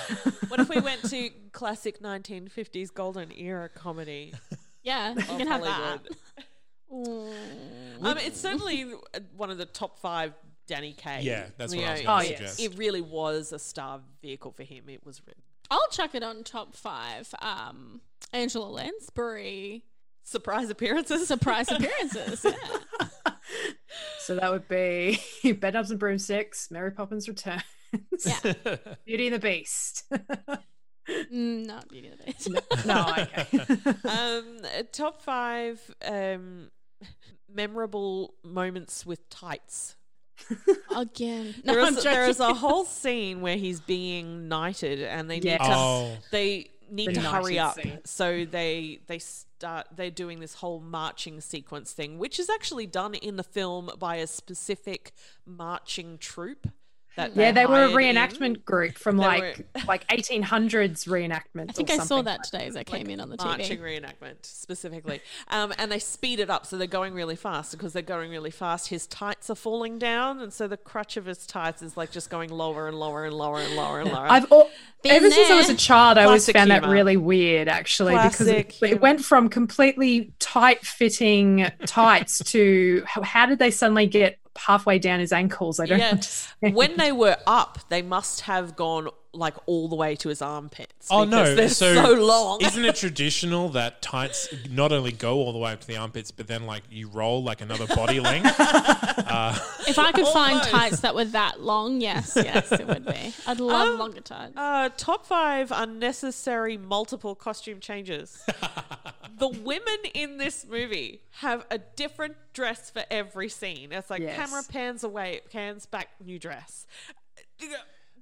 Speaker 2: What if we went to classic 1950s golden era comedy?
Speaker 3: Yeah, you
Speaker 2: of
Speaker 3: can have that. Mm.
Speaker 2: Hollywood?
Speaker 3: Ooh.
Speaker 2: Um, it's certainly one of the top five Danny Kaye.
Speaker 1: Yeah, that's what I was
Speaker 2: You know,
Speaker 1: going
Speaker 4: Oh,
Speaker 1: to
Speaker 4: yes.
Speaker 1: suggest.
Speaker 2: It really was a star vehicle for him. It was written.
Speaker 3: I'll chuck it on top five. Um, Angela Lansbury
Speaker 2: Surprise appearances.
Speaker 3: surprise appearances. Yeah.
Speaker 4: So that would be Bedknobs and Broomsticks, Mary Poppins Returns, Beauty and the Beast.
Speaker 3: Mm, not Beauty and the Beast.
Speaker 4: no, okay.
Speaker 2: um, uh, top five um, memorable moments with tights.
Speaker 3: Again, no,
Speaker 2: There
Speaker 3: I'm
Speaker 2: is
Speaker 3: joking.
Speaker 2: there is a whole scene where he's being knighted, and they need
Speaker 4: Yes.
Speaker 2: to
Speaker 1: Oh.
Speaker 2: they need
Speaker 4: The
Speaker 2: to
Speaker 4: knighted
Speaker 2: hurry up.
Speaker 4: scene.
Speaker 2: So they they start they're doing this whole marching sequence thing, which is actually done in the film by a specific marching troupe. That
Speaker 4: yeah, they were
Speaker 2: hired
Speaker 4: a
Speaker 2: in.
Speaker 4: reenactment group from
Speaker 2: They
Speaker 4: like like 1800s reenactments.
Speaker 3: I think
Speaker 4: or
Speaker 3: I saw
Speaker 4: something
Speaker 3: that
Speaker 4: like
Speaker 3: today as I came in on the
Speaker 2: marching
Speaker 3: TV.
Speaker 2: reenactment specifically. Um, and they speed it up, so they're going really fast. Because they're going really fast, his tights are falling down, and so the crutch of his tights is like just going lower and lower and lower and lower and lower.
Speaker 4: I've all,
Speaker 3: Been
Speaker 4: ever since I was a
Speaker 3: there.
Speaker 4: child, I always
Speaker 2: Classic
Speaker 4: found that
Speaker 2: humour.
Speaker 4: really weird, actually,
Speaker 2: Classic
Speaker 4: because it,
Speaker 2: humour.
Speaker 4: it went from completely tight-fitting tights to how, how did they suddenly get halfway down his ankles? I don't
Speaker 2: Yeah.
Speaker 4: understand.
Speaker 2: when they were up, they must have gone like all the way to his armpits.
Speaker 1: Oh
Speaker 2: because
Speaker 1: no!
Speaker 2: they're so,
Speaker 1: so,
Speaker 2: long.
Speaker 1: isn't it traditional that tights not only go all the way up to the armpits, but then like you roll like another body length?
Speaker 3: If I could find
Speaker 2: Almost.
Speaker 3: tights that were that long, yes, yes, it would be. I'd love longer tights.
Speaker 2: Uh, top five unnecessary multiple costume changes. the women in this movie have a different dress for every scene. It's like
Speaker 4: Yes.
Speaker 2: camera pans away, pans back, new dress.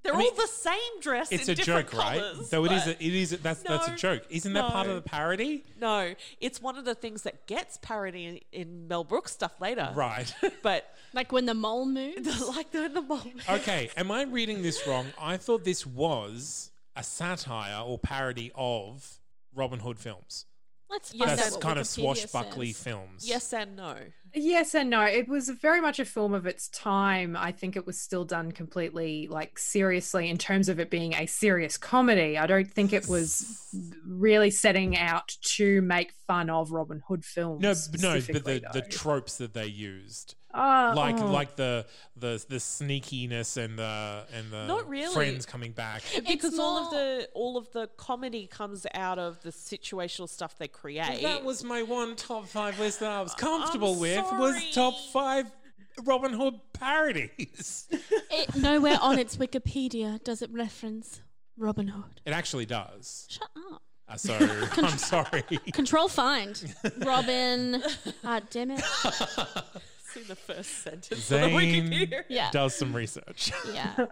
Speaker 2: They're
Speaker 1: mean,
Speaker 2: all the same dress.
Speaker 1: It's
Speaker 2: in
Speaker 1: a
Speaker 2: different
Speaker 1: joke, right?
Speaker 2: colours,
Speaker 1: So it is.
Speaker 2: but-
Speaker 1: A, it is. A, that's that's a
Speaker 2: No,
Speaker 1: joke. Isn't that part of the
Speaker 2: no.
Speaker 1: parody?
Speaker 2: no, it's one of the things that gets parody in, in Mel Brooks stuff later.
Speaker 1: Right.
Speaker 2: But
Speaker 3: Like when the mole moves.
Speaker 2: like they're in the moment.
Speaker 1: Okay, am I reading this wrong? I thought this was a satire or parody of Robin Hood films.
Speaker 3: Let's
Speaker 2: Yes,
Speaker 3: find
Speaker 1: That's
Speaker 3: out what
Speaker 1: kind of
Speaker 3: Wikipedia
Speaker 1: swashbuckly
Speaker 3: says.
Speaker 1: films.
Speaker 2: Yes and no.
Speaker 4: Yes and no. It was very much a film of its time. I think it was still done completely, like seriously, in terms of it being a serious comedy. I don't think it was really setting out to make fun of Robin Hood films.
Speaker 1: No, b- no, but
Speaker 4: specifically,
Speaker 1: the, the
Speaker 4: though.
Speaker 1: tropes that they used,
Speaker 2: Uh,
Speaker 4: Ah,
Speaker 1: like
Speaker 4: oh.
Speaker 1: like the the the sneakiness and the and the
Speaker 2: Not really.
Speaker 1: friends coming back.
Speaker 2: because all of
Speaker 3: more-
Speaker 2: the all of the comedy comes out of the situational stuff they create.
Speaker 1: That was my one top five list that I was comfortable
Speaker 2: Uh, I'm
Speaker 1: with. Was top
Speaker 2: sorry.
Speaker 1: five Robin Hood parodies.
Speaker 3: It, nowhere on its Wikipedia does it reference Robin Hood.
Speaker 1: it actually does.
Speaker 3: Shut up.
Speaker 1: Uh, so I'm sorry.
Speaker 3: Control find. Robin. Ah, damn it.
Speaker 2: It's in the first sentence of the
Speaker 1: Zane
Speaker 2: Wikipedia.
Speaker 3: Yeah.
Speaker 1: does some research.
Speaker 3: Yeah.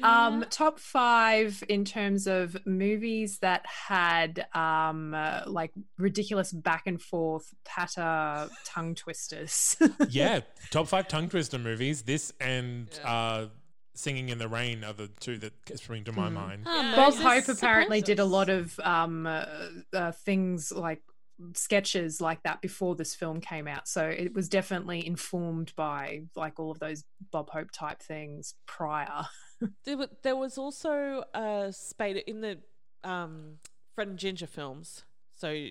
Speaker 4: Um, top five in terms of movies that had um, uh, like ridiculous back and forth patter tongue twisters.
Speaker 1: yeah, top five tongue twister movies. This and uh, Singing in the Rain are the two that spring to my
Speaker 2: Mm-hmm.
Speaker 1: mind.
Speaker 3: Ah,
Speaker 4: Bob
Speaker 3: Moses
Speaker 4: Hope apparently did a
Speaker 3: supposes.
Speaker 4: lot of um, uh, uh, things like sketches like that before this film came out. So it was definitely informed by like all of those Bob Hope type things prior.
Speaker 2: There, wa- there was also a spade in the um, Fred and Ginger films, so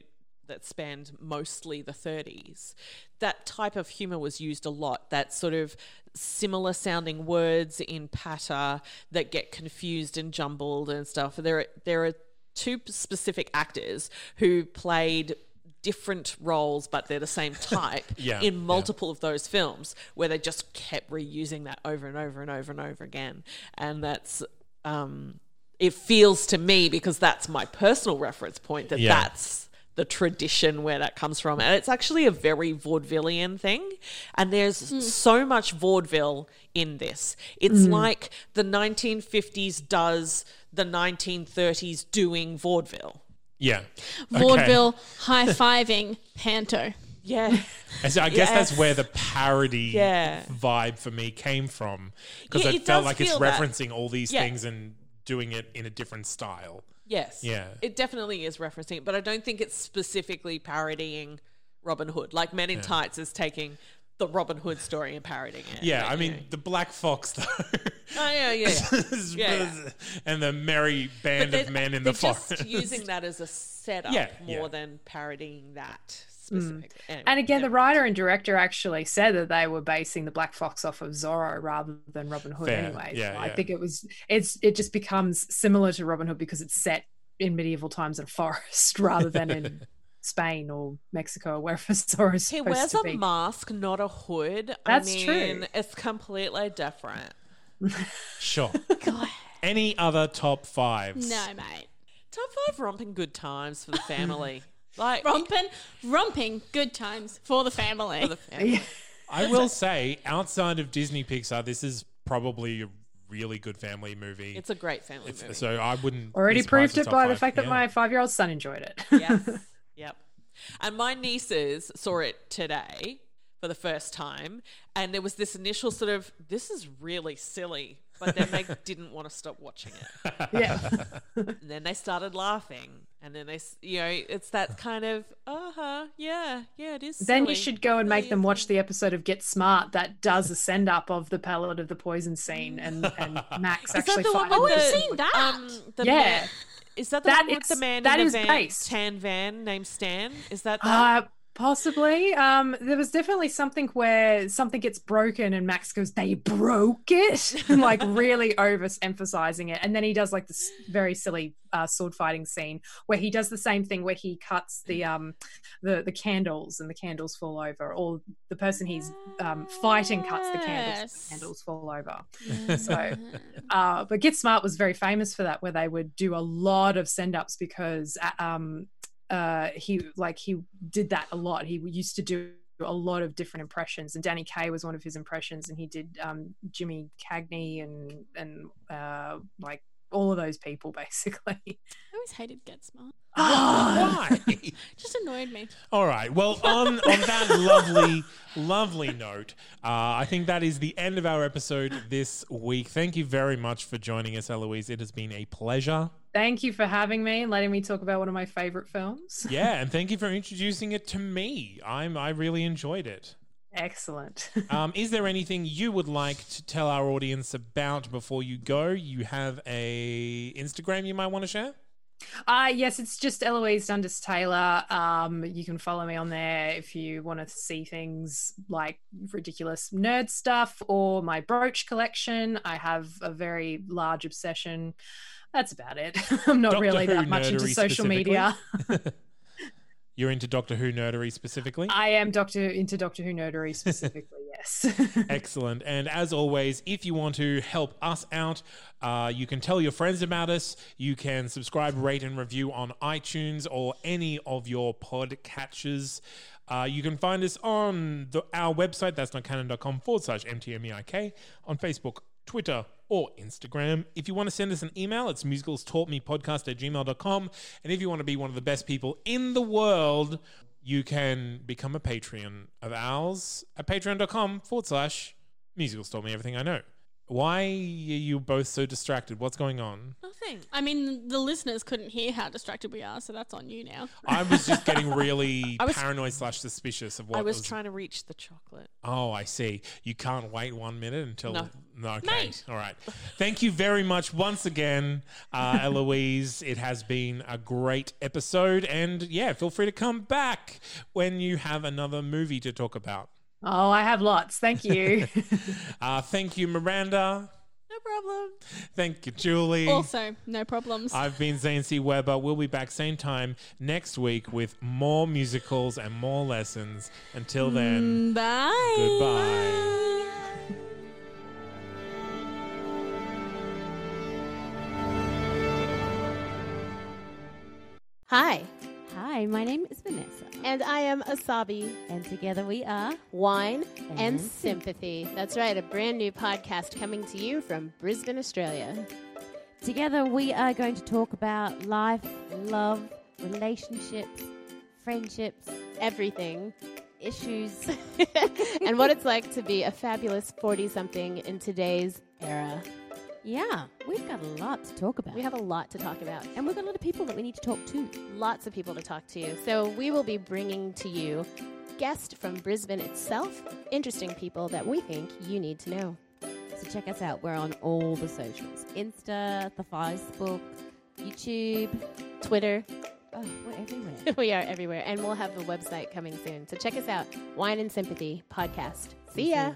Speaker 2: that spanned mostly the 30s. That type of humor was used a lot. That sort of similar sounding words in patter that get confused and jumbled and stuff. There, are, there are two p- specific actors who played different roles but they're the same type
Speaker 1: Yeah,
Speaker 2: in
Speaker 1: yeah.
Speaker 2: multiple of those films where they just kept reusing that over and over and over and over again and that's um it feels to me because that's my personal reference point that
Speaker 1: Yeah.
Speaker 2: that's the tradition where that comes from and it's actually a very vaudevillian thing and there's so much vaudeville in this it's like the 1950s does the 1930s doing vaudeville
Speaker 1: Yeah. Okay.
Speaker 3: Vaudeville high fiving panto.
Speaker 2: Yeah.
Speaker 1: And so I guess that's
Speaker 2: Yes.
Speaker 1: where the parody
Speaker 2: Yeah.
Speaker 1: vibe for me came from because
Speaker 2: Yeah,
Speaker 1: it,
Speaker 2: it
Speaker 1: felt
Speaker 2: does
Speaker 1: like it's
Speaker 2: feel that.
Speaker 1: referencing all these
Speaker 2: Yeah.
Speaker 1: things and doing it in a different style.
Speaker 2: yes.
Speaker 1: Yeah.
Speaker 2: It definitely is referencing, but I don't think it's specifically parodying Robin Hood. Like Men in Tights is taking the Robin Hood story and parodying it.
Speaker 1: Yeah, I
Speaker 2: Like, you
Speaker 1: mean the Black Fox though,
Speaker 2: know. Oh, yeah, yeah. yeah. Yeah.
Speaker 1: and the merry band
Speaker 2: they're-
Speaker 1: of men in
Speaker 2: they're
Speaker 1: the forest.
Speaker 2: Just using that as a setup
Speaker 1: Yeah,
Speaker 2: more
Speaker 1: yeah.
Speaker 2: than parodying that specifically. Anyway,
Speaker 4: Mm. And again, the
Speaker 2: never
Speaker 4: writer and director actually said that they were basing the Black Fox off of Zorro rather than Robin Hood.
Speaker 1: Fair.
Speaker 4: Anyway,
Speaker 1: Yeah,
Speaker 4: I
Speaker 1: yeah.
Speaker 4: think it was it's it just becomes similar to Robin Hood because it's set in medieval times in a forest rather than in Spain or Mexico or wherever Zorro's
Speaker 2: He
Speaker 4: supposed
Speaker 2: wears
Speaker 4: to
Speaker 2: a
Speaker 4: be.
Speaker 2: mask, not a hood.
Speaker 4: That's
Speaker 2: I mean,
Speaker 4: true.
Speaker 2: It's completely different.
Speaker 1: sure.
Speaker 3: God.
Speaker 1: Any other top fives?
Speaker 3: No, mate.
Speaker 2: Top five romping good times for the family. like
Speaker 3: Romping, romping good times for the family.
Speaker 2: for the family.
Speaker 1: I will say, outside of Disney Pixar, this is probably a really good family movie.
Speaker 2: It's a great family movie.
Speaker 1: so I wouldn't be
Speaker 4: Already
Speaker 1: surprised if
Speaker 4: proved it
Speaker 1: top
Speaker 4: by the
Speaker 1: five-
Speaker 4: fact that
Speaker 1: yeah.
Speaker 4: my five-year-old son enjoyed it.
Speaker 2: yes. Yep. And my nieces saw it today for the first time, and there was this initial sort of this is really silly, but then they didn't want to stop watching it.
Speaker 4: yeah.
Speaker 2: And then they started laughing. And then they, s- you know, it's that kind of, uh huh, yeah, yeah, it is.
Speaker 4: Then
Speaker 2: silly.
Speaker 4: you
Speaker 2: Mm.
Speaker 4: should go and
Speaker 2: Really
Speaker 4: make them
Speaker 2: is
Speaker 4: watch the episode of Get Smart that does a send up of the pellet of the poison scene and, and Max
Speaker 2: Is that
Speaker 4: actually
Speaker 2: the one?
Speaker 4: finds
Speaker 3: Oh,
Speaker 2: with
Speaker 3: I've
Speaker 2: the-
Speaker 3: seen that.
Speaker 2: Um, the
Speaker 4: Yeah.
Speaker 2: man- is that the
Speaker 4: That
Speaker 2: one with the
Speaker 4: is-
Speaker 2: man
Speaker 4: that
Speaker 2: in
Speaker 4: is
Speaker 2: the van,
Speaker 4: based.
Speaker 2: tan van named Stan? Is that that?
Speaker 4: Uh, possibly. Um, there was definitely something where something gets broken and Max goes, "They broke it," and like really overemphasizing it. And then he does like this very silly uh, sword fighting scene where he does the same thing where he cuts the um the the candles and the candles fall over, or the person he's um, fighting cuts the candles, and
Speaker 3: Yes.
Speaker 4: the candles fall over. So, uh, but Get Smart was very famous for that, where they would do a lot of send ups because uh, um, uh, he like he did that a lot. He used to do a lot of different impressions, and Danny Kaye was one of his impressions, and he did um, Jimmy Cagney and and uh, like all of those people basically.
Speaker 3: I always hated Get Smart.
Speaker 1: Why?
Speaker 3: Just annoyed me.
Speaker 1: All right. Well, on, on that lovely, lovely note, uh, I think that is the end of our episode this week. Thank you very much for joining us, Eloise. It has been a pleasure.
Speaker 4: Thank you for having me and letting me talk about one of my favorite films.
Speaker 1: Yeah, and thank you for introducing it to me. I'm I really enjoyed it.
Speaker 4: Excellent.
Speaker 1: Um, is there anything you would like to tell our audience about before you go? You have a Instagram you might want to share.
Speaker 4: Uh, yes, it's just Eloise Dundas Taylor. Um, you can follow me on there if you want to see things like ridiculous nerd stuff or my brooch collection. I have a very large obsession. That's about it. I'm not
Speaker 1: Doctor
Speaker 4: really
Speaker 1: Who
Speaker 4: that much into
Speaker 1: nerdery
Speaker 4: social media.
Speaker 1: You're into Doctor Who nerdery specifically.
Speaker 4: I am Doctor into Doctor Who nerdery specifically. yes.
Speaker 1: Excellent. And as always, if you want to help us out, uh, you can tell your friends about us. You can subscribe, rate, and review on iTunes or any of your pod catchers. Uh, you can find us on the, our website, that's not canon.com forward slash MTMEIK, E on Facebook, Twitter, or Instagram. If you want to send us an email, it's musicalstaughtmepodcast at gmail.com. And if you want to be one of the best people in the world, you can become a Patreon of ours at patreon.com forward slash musicals told me everything I know. Why are you both so distracted? What's going on?
Speaker 2: Nothing.
Speaker 3: Oh, I mean, the listeners couldn't hear how distracted we are, so that's on you now.
Speaker 1: I was just getting really
Speaker 2: I was-
Speaker 1: paranoid slash suspicious of what
Speaker 2: I was trying to reach the chocolate.
Speaker 1: Oh, I see. You can't wait one minute until.
Speaker 2: No.
Speaker 1: okay.
Speaker 3: Mate.
Speaker 1: All right. Thank you very much once again, uh, Eloise. It has been a great episode. And yeah, feel free to come back when you have another movie to talk about.
Speaker 4: oh, I have lots. Thank you.
Speaker 1: Uh, thank you, Miranda.
Speaker 2: No problem.
Speaker 1: Thank you, Julie.
Speaker 3: Also, no problems.
Speaker 1: I've been Zane C. Weber. We'll be back same time next week with more musicals and more lessons. Until then,
Speaker 3: Bye.
Speaker 1: goodbye.
Speaker 5: Hi,
Speaker 6: Hi, my name is Vanessa.
Speaker 5: and I am Asabi.
Speaker 6: And together we are
Speaker 5: Wine
Speaker 6: And
Speaker 5: and Sympathy. That's right, a brand new podcast coming to you from Brisbane, Australia.
Speaker 6: Together we are going to talk about life, love, relationships, friendships,
Speaker 5: Everything.
Speaker 6: issues.
Speaker 5: and what it's like to be a fabulous 40 something in today's era.
Speaker 6: Yeah, we've got a lot to talk about.
Speaker 5: We have a lot to talk about.
Speaker 6: and we've got a lot of people that we need to talk to.
Speaker 5: lots of people to talk to. So we will be bringing to you guests from Brisbane itself, interesting people that we think you need to know.
Speaker 6: So check us out. We're on all the socials Insta, the Facebook, YouTube.
Speaker 5: Twitter,
Speaker 6: Oh, we're everywhere.
Speaker 5: we are everywhere, and we'll have a website coming soon. So check us out, Wine and Sympathy podcast. See ya.